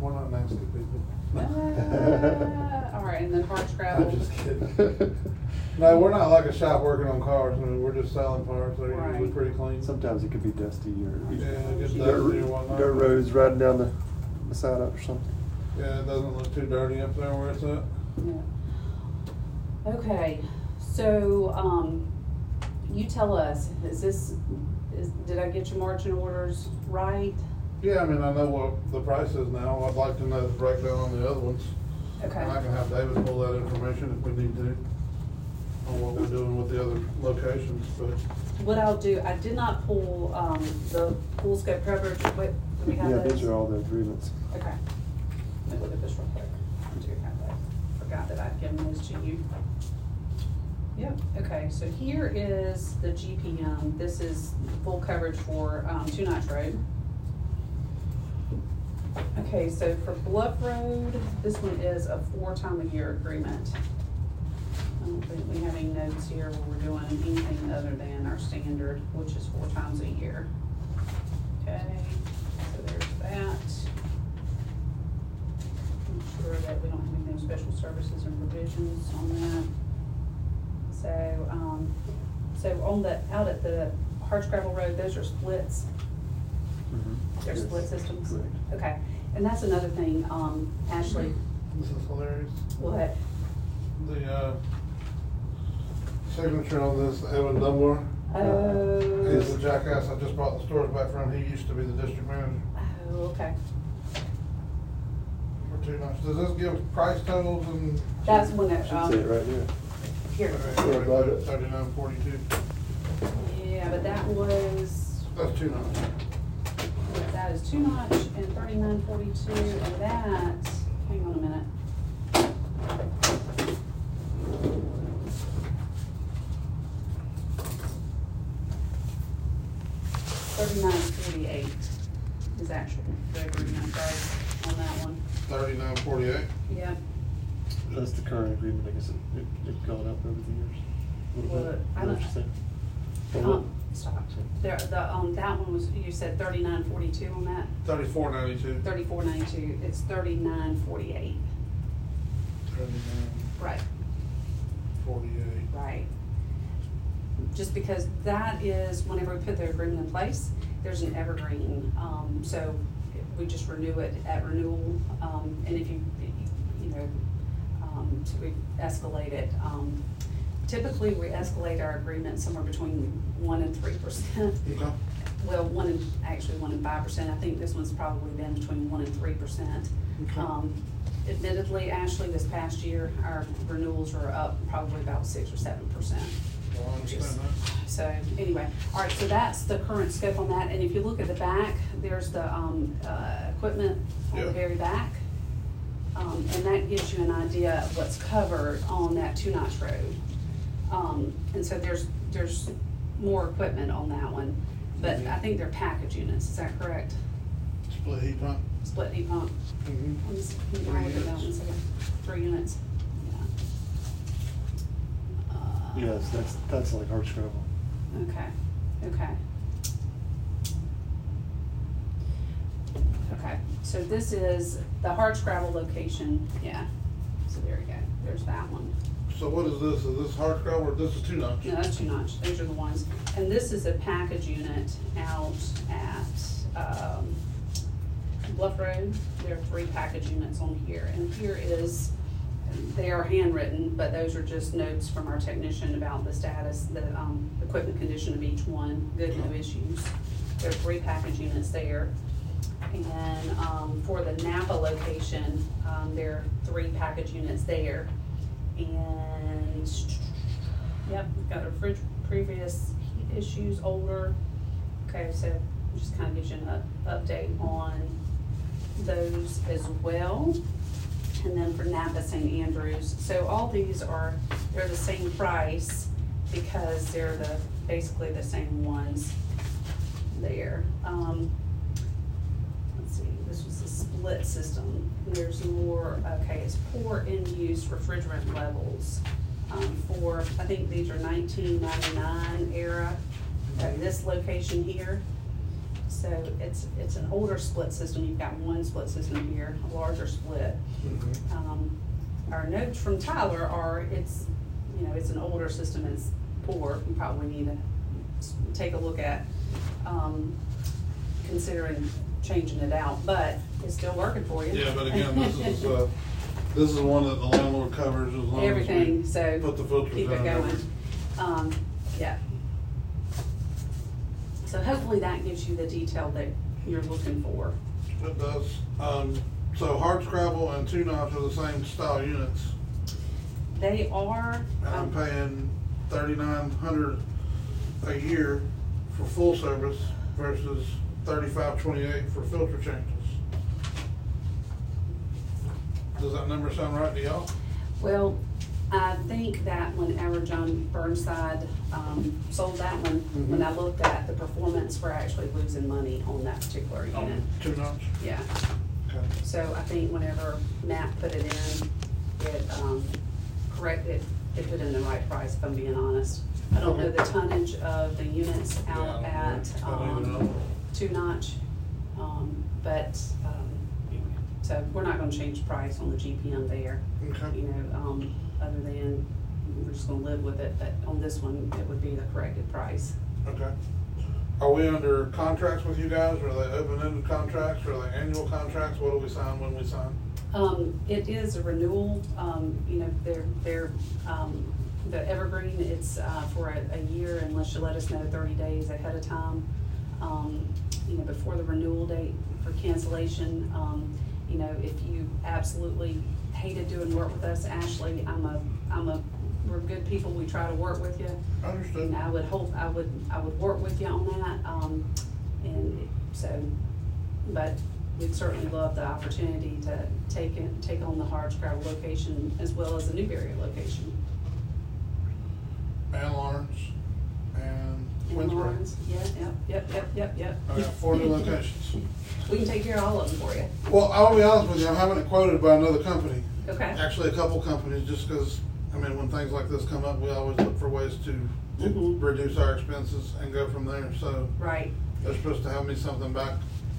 Speaker 2: we're not nasty people.
Speaker 1: Ah, All right, and then hard
Speaker 2: I'm
Speaker 1: scrabble.
Speaker 2: just kidding. No, we're not like a shop working on cars, I mean, we're just selling parts, they're usually
Speaker 1: Right.
Speaker 2: pretty clean.
Speaker 4: Sometimes it could be dusty or
Speaker 2: Yeah, it gets
Speaker 4: dirt,
Speaker 2: dusty or whatnot.
Speaker 4: dirt roads riding down the, the side up or something.
Speaker 2: Yeah, it doesn't look too dirty up there where it's at.
Speaker 1: Yeah. Okay, so, um, you tell us, is this, is, did I get your marching orders right?
Speaker 2: Yeah, I mean, I know what the price is now, I'd like to know the breakdown on the other ones.
Speaker 1: Okay.
Speaker 2: And I can have David pull that information if we need to, on what we're doing with the other locations, but,
Speaker 1: What I'll do, I did not pull, um, the pool scope coverage, wait, do we have
Speaker 4: Yeah,
Speaker 1: those?
Speaker 4: these are all the agreements.
Speaker 1: Okay. Let me look at this real quick. I do have that. Forgot that I'd given those to you. Yep, okay, so here is the GPM. This is full coverage for, um, Two Notch Road. Okay, so for Bluff Road, this one is a four-time-a-year agreement. I don't think we have any notes here where we're doing anything other than our standard, which is four times a year. Okay, so there's that. I'm sure that we don't have anything special services and provisions on that. So, um, so on the, out at the Harsh Gravel Road, those are splits, Mm-hmm. they're
Speaker 4: Yes,
Speaker 1: split systems?
Speaker 4: Correct.
Speaker 1: Okay, and that's another thing, um, Ashley,
Speaker 2: this is hilarious.
Speaker 1: what,
Speaker 2: The, uh, signature on this, Evan Dunbar,
Speaker 4: Uh,
Speaker 2: is
Speaker 1: oh,
Speaker 2: the jackass I just brought the stores back from, he used to be the district manager.
Speaker 1: oh, okay.
Speaker 2: for two months. Does this give price totals and?
Speaker 1: That's when it,
Speaker 4: Should say it
Speaker 1: um,
Speaker 4: right here.
Speaker 1: here,
Speaker 4: Yeah, right.
Speaker 2: Thirty-nine forty-two,
Speaker 1: yeah, but that was,
Speaker 2: that's two months.
Speaker 1: that is too much, and thirty-nine forty-two, and that, hang on a minute. Thirty-nine forty-eight is actual, the agreement price on that one,
Speaker 2: Thirty-nine forty-eight?
Speaker 1: yeah.
Speaker 4: That's the current agreement, I guess it, it, it gone up over the years. a little
Speaker 1: Well,
Speaker 4: bit.
Speaker 1: I don't-
Speaker 4: Interesting.
Speaker 3: Uh-huh.
Speaker 4: Well,
Speaker 1: Um, stop, there, the, um, that one was, you said thirty-nine forty-two on that,
Speaker 2: Thirty-four ninety-two.
Speaker 1: thirty-four ninety-two, it's thirty-nine forty-eight,
Speaker 2: Thirty-nine
Speaker 1: right.
Speaker 2: forty-eight.
Speaker 1: Right. Just because that is, whenever we put the agreement in place, there's an evergreen, um, so we just renew it at renewal, um, and if you, you know, um, to re- escalate it, um, typically we escalate our agreement somewhere between one and three percent.
Speaker 2: Okay.
Speaker 1: Well, one and, actually one and five percent, I think this one's probably been between one and three percent.
Speaker 2: Okay.
Speaker 1: Um, admittedly, Ashley, this past year, our renewals were up probably about six or seven percent.
Speaker 2: Well, I understand that.
Speaker 1: So, anyway, all right, so that's the current scope on that, and if you look at the back, there's the, um, uh, equipment on the
Speaker 2: Yeah.
Speaker 1: very back. Um, and that gives you an idea of what's covered on that two notch road. Um, and so there's, there's more equipment on that one, but I think they're package units, is that correct?
Speaker 2: Split heat pump.
Speaker 1: Split heat pump.
Speaker 2: Mm-hmm.
Speaker 1: Let me see, let me look at that one second. Three units, yeah. Uh,
Speaker 4: Yes, that's, that's like hard scrabble.
Speaker 1: Okay, okay. Okay, so this is the hard scrabble location, yeah. So there you go, there's that one.
Speaker 2: So what is this? Is this hard scrabble or this is two notch?
Speaker 1: No, that's two notch, those are the ones. And this is a package unit out at, um, Bluff Road. There are three package units on here, and here is they are handwritten, but those are just notes from our technician about the status, the, um, equipment condition of each one, good, no issues. There are three package units there. And, um, for the Napa location, um, there are three package units there. And, yep, we've got a fridge, previous heat issues, older. Okay, so just kind of gives you an up- update on those as well. And then for Napa St. Andrews, so all these are, they're the same price because they're the, basically the same ones there. Um, let's see, this was a split system. There's more, okay, it's poor in-use refrigerant levels. Um, for, I think these are nineteen ninety-nine era, uh, this location here. So it's, it's an older split system. You've got one split system here, a larger split.
Speaker 2: Mm-hmm.
Speaker 1: Um, Our notes from Tyler are, it's, you know, it's an older system, it's poor, you probably need to s- take a look at, um, considering changing it out, but it's still working for you.
Speaker 2: Yeah, but again, this is, uh, this is one that the landlord covers as long as
Speaker 1: Everything,
Speaker 2: we
Speaker 1: so.
Speaker 2: put the filters
Speaker 1: Keep it
Speaker 2: on.
Speaker 1: going. Um, yeah. So hopefully that gives you the detail that you're looking for.
Speaker 2: It does. Um, so hard scrabble and two knobs are the same style units.
Speaker 1: They are.
Speaker 2: And I'm
Speaker 1: um,
Speaker 2: paying thirty-nine hundred a year for full service versus thirty-five twenty-eight for filter changes. Does that number sound right to y'all?
Speaker 1: Well, I think that whenever John Burnside um, sold that one, when I looked at the performance, we're actually losing money on that particular unit.
Speaker 2: On Um, two knobs?
Speaker 1: Yeah,
Speaker 2: Okay.
Speaker 1: so I think whenever Matt put it in, it um, corrected, it put in the right price, if I'm being honest. I don't know the tonnage of the units out
Speaker 2: Yeah,
Speaker 1: at
Speaker 2: I don't even
Speaker 1: um,
Speaker 2: know.
Speaker 1: Two Notch, um, but, um, anyway, so we're not gonna change price on the GPM there
Speaker 2: Okay.
Speaker 1: you know, um, other than we're just gonna live with it, but on this one, it would be the corrected price.
Speaker 2: Okay. Are we under contracts with you guys? Are they open-ended contracts? Are they annual contracts? What do we sign when we sign?
Speaker 1: Um, it is a renewal, um, you know, they're, they're, um, the Evergreen, it's, uh, for a, a year unless you let us know thirty days ahead of time. Um, you know, before the renewal date for cancellation, um, you know, if you absolutely hated doing work with us, Ashley, I'm a, I'm a, we're good people, we try to work with you.
Speaker 2: Understood.
Speaker 1: And I would hope, I would, I would work with you on that, um, and so, but we'd certainly love the opportunity to take it, take on the hard scrabble location as well as the Newberry location.
Speaker 2: And Lawrence and
Speaker 1: And
Speaker 2: Winsboro.
Speaker 1: Lawrence, Yeah, yep, yep, yep, yep, yep.
Speaker 2: I got Oh, four new locations.
Speaker 1: We can take care of all of them for you,
Speaker 2: Well, I'll be honest with you, I haven't it quoted by another company.
Speaker 1: okay?
Speaker 2: Actually, a couple companies, just because, I mean, when things like this come up, we always look for ways to
Speaker 1: Mhm.
Speaker 2: reduce our expenses and go from there. So
Speaker 1: Right,
Speaker 2: they're supposed to have me something back,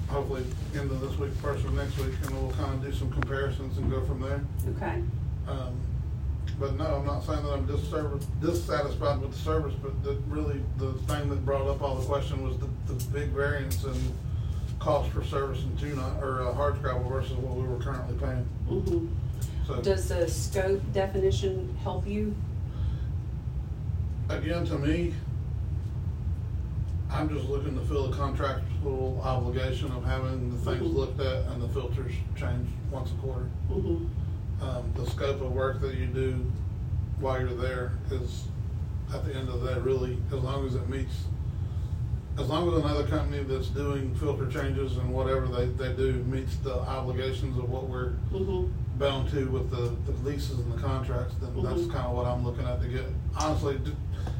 Speaker 2: hopefully end of this week, first of next week, and we'll kind of do some comparisons and go from there.
Speaker 1: okay,
Speaker 2: Um, But no, I'm not saying that I'm disserv- dissatisfied with the service, but the, really, the thing that brought up all the question was the, the big variance in cost for service in tuna, or uh, hard scrabble versus what we were currently paying.
Speaker 1: mhm.
Speaker 2: So,
Speaker 1: Does the scope definition help you?
Speaker 2: again, to me, I'm just looking to fill the contractual obligation of having the things
Speaker 1: Mhm.
Speaker 2: looked at and the filters changed once a quarter.
Speaker 1: Mhm,
Speaker 2: um, the scope of work that you do while you're there is, at the end of the day, really, as long as it meets, as long as another company that's doing filter changes and whatever they, they do meets the obligations of what we're
Speaker 1: mhm,
Speaker 2: bound to with the, the leases and the contracts, then that's
Speaker 1: Mhm.
Speaker 2: kind of what I'm looking at to get. Honestly, d-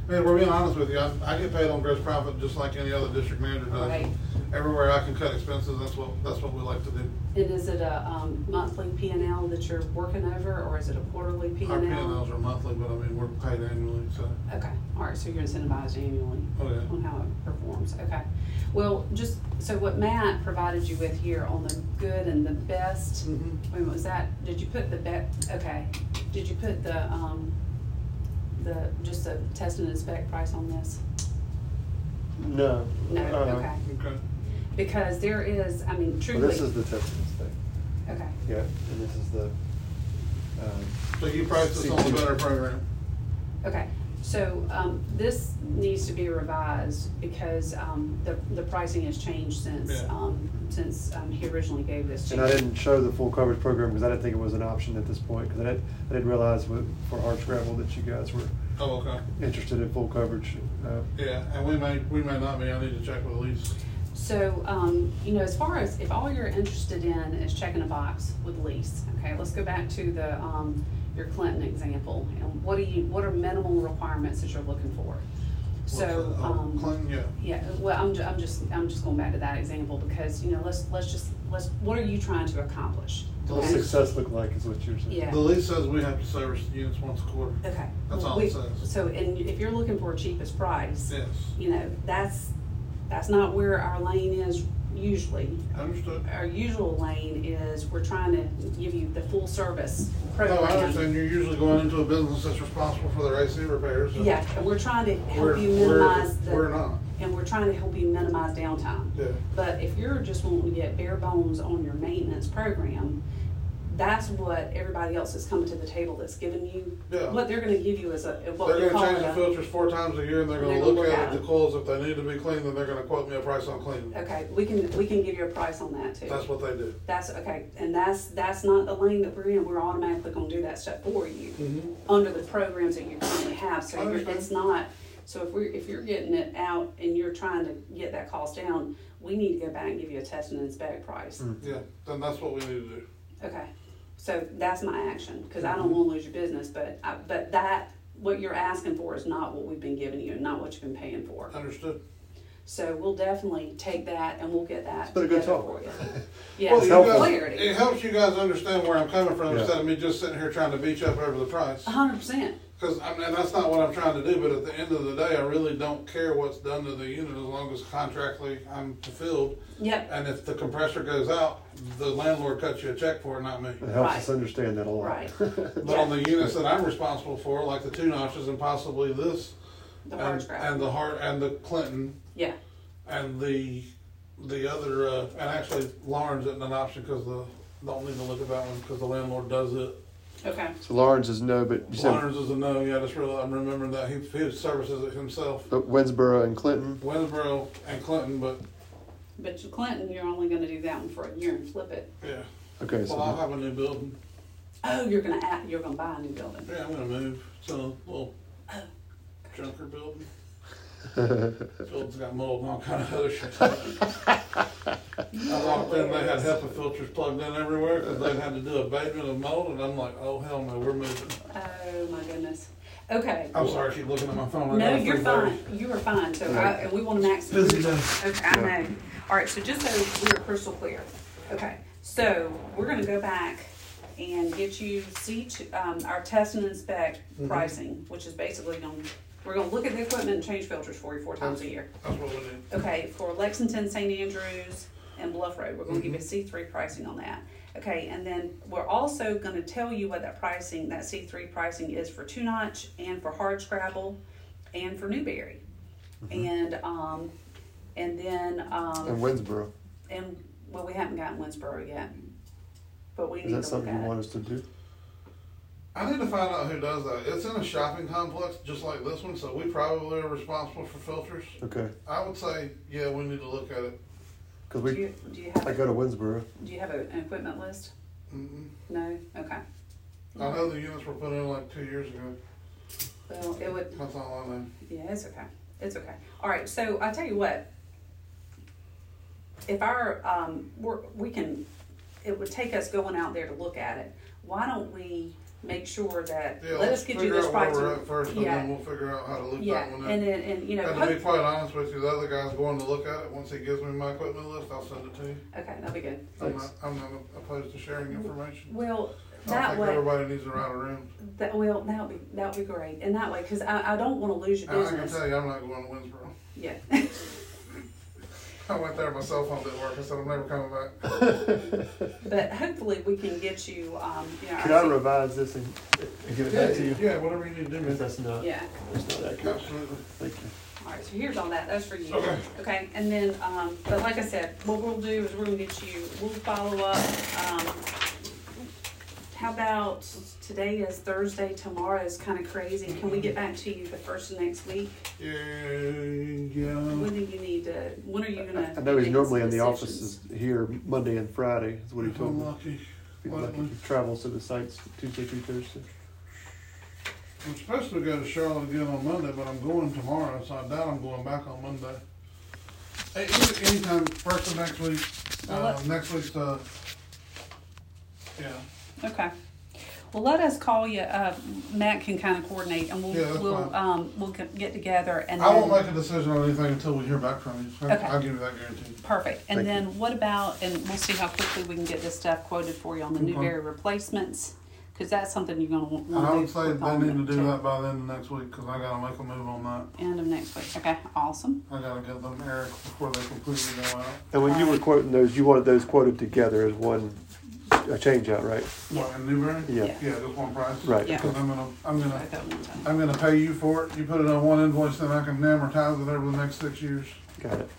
Speaker 2: I mean, we're being honest with you, I, I get paid on gross profit just like any other district manager does.
Speaker 1: right.
Speaker 2: Everywhere I can cut expenses, that's what, that's what we like to do.
Speaker 1: And is it a, um, monthly P and L that you're working over, or is it a quarterly P and L?
Speaker 2: Our P and Ls are monthly, but I mean, we're paid annually, so.
Speaker 1: Okay, all right, so you're incentivized annually
Speaker 2: Oh, yeah.
Speaker 1: on how it performs, okay. Well, just, so what Matt provided you with here on the good and the best,
Speaker 2: Mhm.
Speaker 1: when was that, did you put the be, okay, did you put the, um, the, just the test and inspect price on this?
Speaker 3: No.
Speaker 1: No,
Speaker 3: Uh,
Speaker 1: okay,
Speaker 2: Okay.
Speaker 1: because there is, I mean,
Speaker 4: Uh-huh. Well,
Speaker 1: truly,
Speaker 4: this is the testing thing,
Speaker 1: okay,
Speaker 4: yeah, and this is the um,
Speaker 2: So you priced us on a better program.
Speaker 1: Okay, so, um, this needs to be revised because, um, the, the pricing has changed since,
Speaker 2: Yeah.
Speaker 1: um, since, um, he originally gave this to
Speaker 3: And
Speaker 1: you.
Speaker 3: I didn't show the full coverage program because I didn't think it was an option at this point, because I didn't, I didn't realize with, for Arch Gravel that you guys were
Speaker 2: Oh, okay.
Speaker 3: interested in full coverage. Uh,
Speaker 2: Yeah, and we may, we may not be, I need to check with Elise.
Speaker 1: So, um, you know, as far as, if all you're interested in is checking a box with lease, okay, let's go back to the, um, your Clinton example. And what do you, what are minimal requirements that you're looking for? So,
Speaker 2: What's the- oh,
Speaker 1: um.
Speaker 2: Clinton, yeah.
Speaker 1: Yeah, well, I'm, ju- I'm just, I'm just going back to that example because, you know, let's, let's just, let's, what are you trying to accomplish?
Speaker 3: What's
Speaker 1: Okay?
Speaker 3: success look like is what you're saying.
Speaker 1: Yeah.
Speaker 2: The lease says we have to service the units once a quarter.
Speaker 1: Okay.
Speaker 2: That's all
Speaker 1: We-
Speaker 2: it says.
Speaker 1: So, and if you're looking for cheapest price,
Speaker 2: Yes,
Speaker 1: you know, that's, that's not where our lane is usually.
Speaker 2: understood.
Speaker 1: Our usual lane is we're trying to give you the full service
Speaker 2: No, I
Speaker 1: program.
Speaker 2: understand, you're usually going into a business that's responsible for their AC repairs. and
Speaker 1: Yeah, and we're trying to help
Speaker 2: we're-
Speaker 1: you
Speaker 2: we're-
Speaker 1: minimize the.
Speaker 2: We're not,
Speaker 1: And we're trying to help you minimize downtime.
Speaker 2: yeah.
Speaker 1: But if you're just wanting to get bare bones on your maintenance program, that's what everybody else is coming to the table that's giving you,
Speaker 2: Yeah.
Speaker 1: what they're gonna give you is a, what we
Speaker 2: They're
Speaker 1: call
Speaker 2: gonna
Speaker 1: it
Speaker 2: change the
Speaker 1: a.
Speaker 2: filters four times a year, and they're gonna look at it, the coils, if they need to be cleaned, then they're gonna quote me a price on cleaning.
Speaker 1: Okay, we can, we can give you a price on that too.
Speaker 2: That's what they do.
Speaker 1: That's, okay, and that's, that's not the lane that we're in, we're automatically gonna do that stuff for you, under the programs that you currently have, so
Speaker 2: I
Speaker 1: you're,
Speaker 2: understand.
Speaker 1: it's not, so if we're, if you're getting it out and you're trying to get that cost down, we need to go back and give you a test and inspect price.
Speaker 2: Yeah, then that's what we need to do.
Speaker 1: Okay, so that's my action, because I don't wanna lose your business, but, I- but that, what you're asking for is not what we've been giving you, and not what you've been paying for.
Speaker 2: Understood.
Speaker 1: So we'll definitely take that and we'll get that
Speaker 3: It's been a good
Speaker 1: together
Speaker 3: talk.
Speaker 1: for you.
Speaker 2: Well, you
Speaker 1: Yeah,
Speaker 3: helpful.
Speaker 2: guys,
Speaker 1: clarity,
Speaker 2: it helps you guys understand where I'm coming from,
Speaker 3: Yeah.
Speaker 2: instead of me just sitting here trying to beat you up over the price.
Speaker 1: a hundred percent,
Speaker 2: Because I mean, that's not what I'm trying to do. But at the end of the day, I really don't care what's done to the unit as long as contractually I'm fulfilled.
Speaker 1: yep,
Speaker 2: And if the compressor goes out, the landlord cuts you a check for it, not me.
Speaker 3: It helps
Speaker 1: Right.
Speaker 3: us understand that a lot.
Speaker 1: right.
Speaker 2: But on the units that I'm responsible for, like the two notches and possibly this,
Speaker 1: The hard
Speaker 2: and, and
Speaker 1: scrap,
Speaker 2: the heart and the Clinton
Speaker 1: yeah,
Speaker 2: and the the other, uh, and actually Lawrence isn't an option because the don't need to look at that one because the landlord does it.
Speaker 1: okay,
Speaker 3: So Lawrence is no, but you said
Speaker 2: Lawrence is a no. Yeah, I just realized I'm remembering that he he services it himself.
Speaker 3: uh, Winsboro and Clinton.
Speaker 2: Winsboro and Clinton, but
Speaker 1: but you- Clinton, you're only gonna do that one for a year and flip it.
Speaker 2: yeah.
Speaker 3: Okay, so
Speaker 2: Well, I'll have a new building.
Speaker 1: Oh, you're gonna add, you're gonna buy a new building,
Speaker 2: Yeah, I'm gonna move. It's a little junker building. Building's got mold and all kind of other shit. I walked in, they had HEPA filters plugged in everywhere because they had to do abatement of mold, and I'm like, oh hell no, we're moving.
Speaker 1: oh my goodness, okay.
Speaker 2: I'm sorry, I keep looking at my phone. I
Speaker 1: No,
Speaker 2: got a
Speaker 1: you're
Speaker 2: free bird.
Speaker 1: fine, you are fine, so I, and we wanna max.
Speaker 2: Busy day.
Speaker 1: Okay, I know. All right, so just so we're crystal clear. Okay, so we're gonna go back and get you see to, um, our test and inspect
Speaker 2: Mm-hmm.
Speaker 1: pricing, which is basically gonna, we're gonna look at the equipment and change filters for you four times a year.
Speaker 2: That's what we need.
Speaker 1: Okay, for Lexington, St. Andrews, and Bluff Road, we're gonna give you C three pricing on that. Okay, and then we're also gonna tell you what that pricing, that C three pricing is for Two Notch and for Hard Scrabble and for Newberry. And, um, and then,
Speaker 3: and
Speaker 1: um,
Speaker 3: Winsboro.
Speaker 1: and, well, we haven't gotten Winsboro yet, but we
Speaker 3: Is
Speaker 1: need
Speaker 3: that
Speaker 1: to look
Speaker 3: something you
Speaker 1: at
Speaker 3: want
Speaker 1: it.
Speaker 3: us to do?
Speaker 2: I need to find out who does that. It's in a shopping complex just like this one, so we probably are responsible for filters.
Speaker 3: Okay,
Speaker 2: I would say, yeah, we need to look at it.
Speaker 3: because
Speaker 1: Do
Speaker 3: we,
Speaker 1: you, do you
Speaker 3: I
Speaker 1: have,
Speaker 3: go to Winsboro.
Speaker 1: do you have a- an equipment list?
Speaker 2: Mm-mm.
Speaker 1: No, okay.
Speaker 2: Mm-hmm. I know the units were put in like two years ago.
Speaker 1: Well, it would,
Speaker 2: That's all I know.
Speaker 1: Yeah, it's okay. It's okay. All right. So I tell you what, if our um, we're, we can, it would take us going out there to look at it. Why don't we make sure that
Speaker 2: Yeah,
Speaker 1: let us get you this
Speaker 2: figure out
Speaker 1: price?
Speaker 2: where we're at first, and
Speaker 1: yeah,
Speaker 2: then we'll figure out how to loop
Speaker 1: yeah,
Speaker 2: that one
Speaker 1: and
Speaker 2: in.
Speaker 1: then and you know,
Speaker 2: And to be
Speaker 1: hope,
Speaker 2: quite honest with you, the other guy's going to look at it. Once he gives me my equipment list, I'll send it to you.
Speaker 1: okay, that'll be good.
Speaker 2: I'm
Speaker 3: Thanks.
Speaker 2: not, I'm not opposed to sharing information.
Speaker 1: Well,
Speaker 2: I don't
Speaker 1: Mm-hmm. that
Speaker 2: think
Speaker 1: way,
Speaker 2: everybody needs to ride around.
Speaker 1: that well, that'll be that'll be great, and that way, because I, I don't want to lose your
Speaker 2: And I can
Speaker 1: business.
Speaker 2: tell you, I'm not going to Winsboro.
Speaker 1: Yeah.
Speaker 2: I went there, my cell phone didn't work. I said, I'm never coming back.
Speaker 1: but hopefully, we can get you. Um, you know,
Speaker 3: Could
Speaker 1: our
Speaker 3: I revise this and and give it back to you?
Speaker 2: Yeah, whatever you need to do,
Speaker 3: If
Speaker 2: man.
Speaker 3: that's not,
Speaker 1: yeah.
Speaker 3: that's not accurate.
Speaker 2: Absolutely.
Speaker 3: Thank you.
Speaker 1: All right, so here's all that, that's for you.
Speaker 2: Okay.
Speaker 1: Okay, and then, um, but like I said, what we'll do is we're gonna get you, we'll follow up, um, how about today is Thursday, tomorrow is kind of crazy. Can we get back to you the first of next week?
Speaker 2: Yeah,
Speaker 1: When
Speaker 2: yeah.
Speaker 1: do you need to, when are you gonna?
Speaker 3: I know he's
Speaker 1: make
Speaker 3: normally in the
Speaker 1: decisions?
Speaker 3: offices here Monday and Friday, is what he
Speaker 2: If
Speaker 3: told
Speaker 2: I'm
Speaker 3: me.
Speaker 2: lucky.
Speaker 3: If he's lucky,
Speaker 2: Likely.
Speaker 3: he travels to the sites Tuesday through Thursday.
Speaker 2: I'm supposed to go to Charlotte again on Monday, but I'm going tomorrow, so I doubt I'm going back on Monday. Hey, either- Anytime, first of next week,
Speaker 1: Well,
Speaker 2: uh,
Speaker 1: let's-
Speaker 2: next week's, uh, yeah.
Speaker 1: Okay. Well, let us call you, uh, Matt can kind of coordinate and we'll,
Speaker 2: Yeah, that's
Speaker 1: we'll,
Speaker 2: fine.
Speaker 1: um, we'll get get together and
Speaker 2: I won't
Speaker 1: then-
Speaker 2: make a decision on anything until we hear back from you. so
Speaker 1: Okay.
Speaker 2: I'll give you that guarantee.
Speaker 1: Perfect. And
Speaker 3: Thank
Speaker 1: then what about, and we'll see how quickly we can get this stuff quoted for you on the
Speaker 2: Okay.
Speaker 1: Newberry replacements, because that's something you're gonna want.
Speaker 2: And I would say they need to do that by then next week, cause I gotta make a move on that.
Speaker 1: End of next week. Okay, awesome.
Speaker 2: I gotta get them Eric before they completely go out.
Speaker 3: And when you were quoting those, you wanted those quoted together as one, a change out, right?
Speaker 2: What, in Newberry?
Speaker 3: Yeah.
Speaker 2: Yeah, just one price.
Speaker 3: Right.
Speaker 1: Yeah.
Speaker 2: Cause I'm gonna, I'm
Speaker 1: I
Speaker 2: gonna,
Speaker 1: got one time.
Speaker 2: I'm gonna pay you for it. You put it on one invoice, then I can amortize it over the next six years.
Speaker 3: Got it.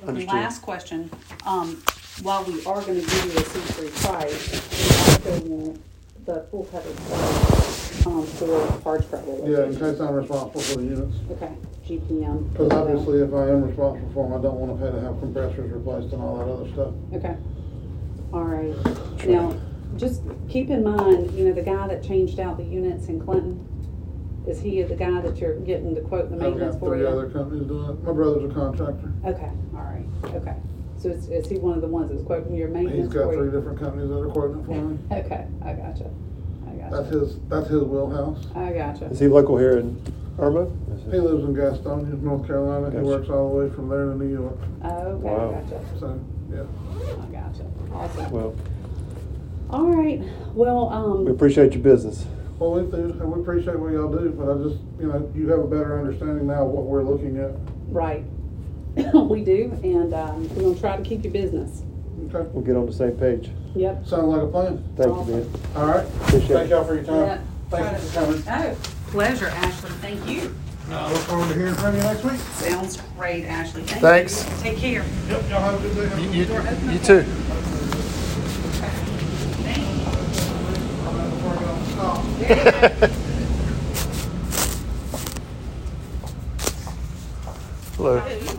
Speaker 1: And
Speaker 3: Understood.
Speaker 1: Last question, um, while we are gonna give you a C-three price, we also want the full coverage price, um, for Parks Brothers.
Speaker 2: Yeah, in case I'm responsible for the units.
Speaker 1: Okay, GPM.
Speaker 2: Cause obviously if I am responsible for them, I don't wanna pay to have compressors replaced and all that other stuff.
Speaker 1: Okay, all right. Now, just keep in mind, you know, the guy that changed out the units in Clinton, is he the guy that you're getting to quote the
Speaker 2: I've
Speaker 1: maintenance
Speaker 2: got
Speaker 1: for
Speaker 2: three
Speaker 1: you?
Speaker 2: other companies doing it. My brother's a contractor.
Speaker 1: Okay, all right, okay. So is, is he one of the ones that's quoting your
Speaker 2: He's
Speaker 1: maintenance
Speaker 2: got
Speaker 1: for
Speaker 2: three
Speaker 1: you?
Speaker 2: different companies that are quoting it for me.
Speaker 1: Okay, I gotcha, I
Speaker 2: That's
Speaker 1: gotcha,
Speaker 2: his, that's his wheelhouse.
Speaker 1: I
Speaker 3: Is
Speaker 1: gotcha.
Speaker 3: he local here in Irma?
Speaker 2: He lives in Gastonia, North Carolina. He
Speaker 3: Gotcha.
Speaker 2: works all the way from there to New York.
Speaker 1: Okay,
Speaker 3: Wow.
Speaker 1: I gotcha,
Speaker 2: So, yeah.
Speaker 1: I gotcha, awesome.
Speaker 3: Well,
Speaker 1: All right, well,
Speaker 3: we
Speaker 1: um,
Speaker 3: appreciate your business.
Speaker 2: Well, we do, and we appreciate what y'all do, but I just, you know, you have a better understanding now of what we're looking at.
Speaker 1: right, we do, and, um, we're gonna try to keep you business.
Speaker 2: Okay?
Speaker 3: We'll get on the same page.
Speaker 1: Yep.
Speaker 2: Sound like a plan.
Speaker 3: Thank you, man.
Speaker 2: All right?
Speaker 3: Appreciate it.
Speaker 2: Thank y'all for your
Speaker 1: Yeah.
Speaker 2: time. Thank you for coming.
Speaker 1: Oh, pleasure, Ashley. Thank you.
Speaker 2: I look forward to hearing from you next week.
Speaker 1: Sounds great, Ashley. Thank you.
Speaker 3: Thanks.
Speaker 1: Take care.
Speaker 2: Yep, y'all have a good day.
Speaker 1: Door open.
Speaker 3: You too.
Speaker 1: Thank you.
Speaker 2: Before I get off the call.
Speaker 3: Hello.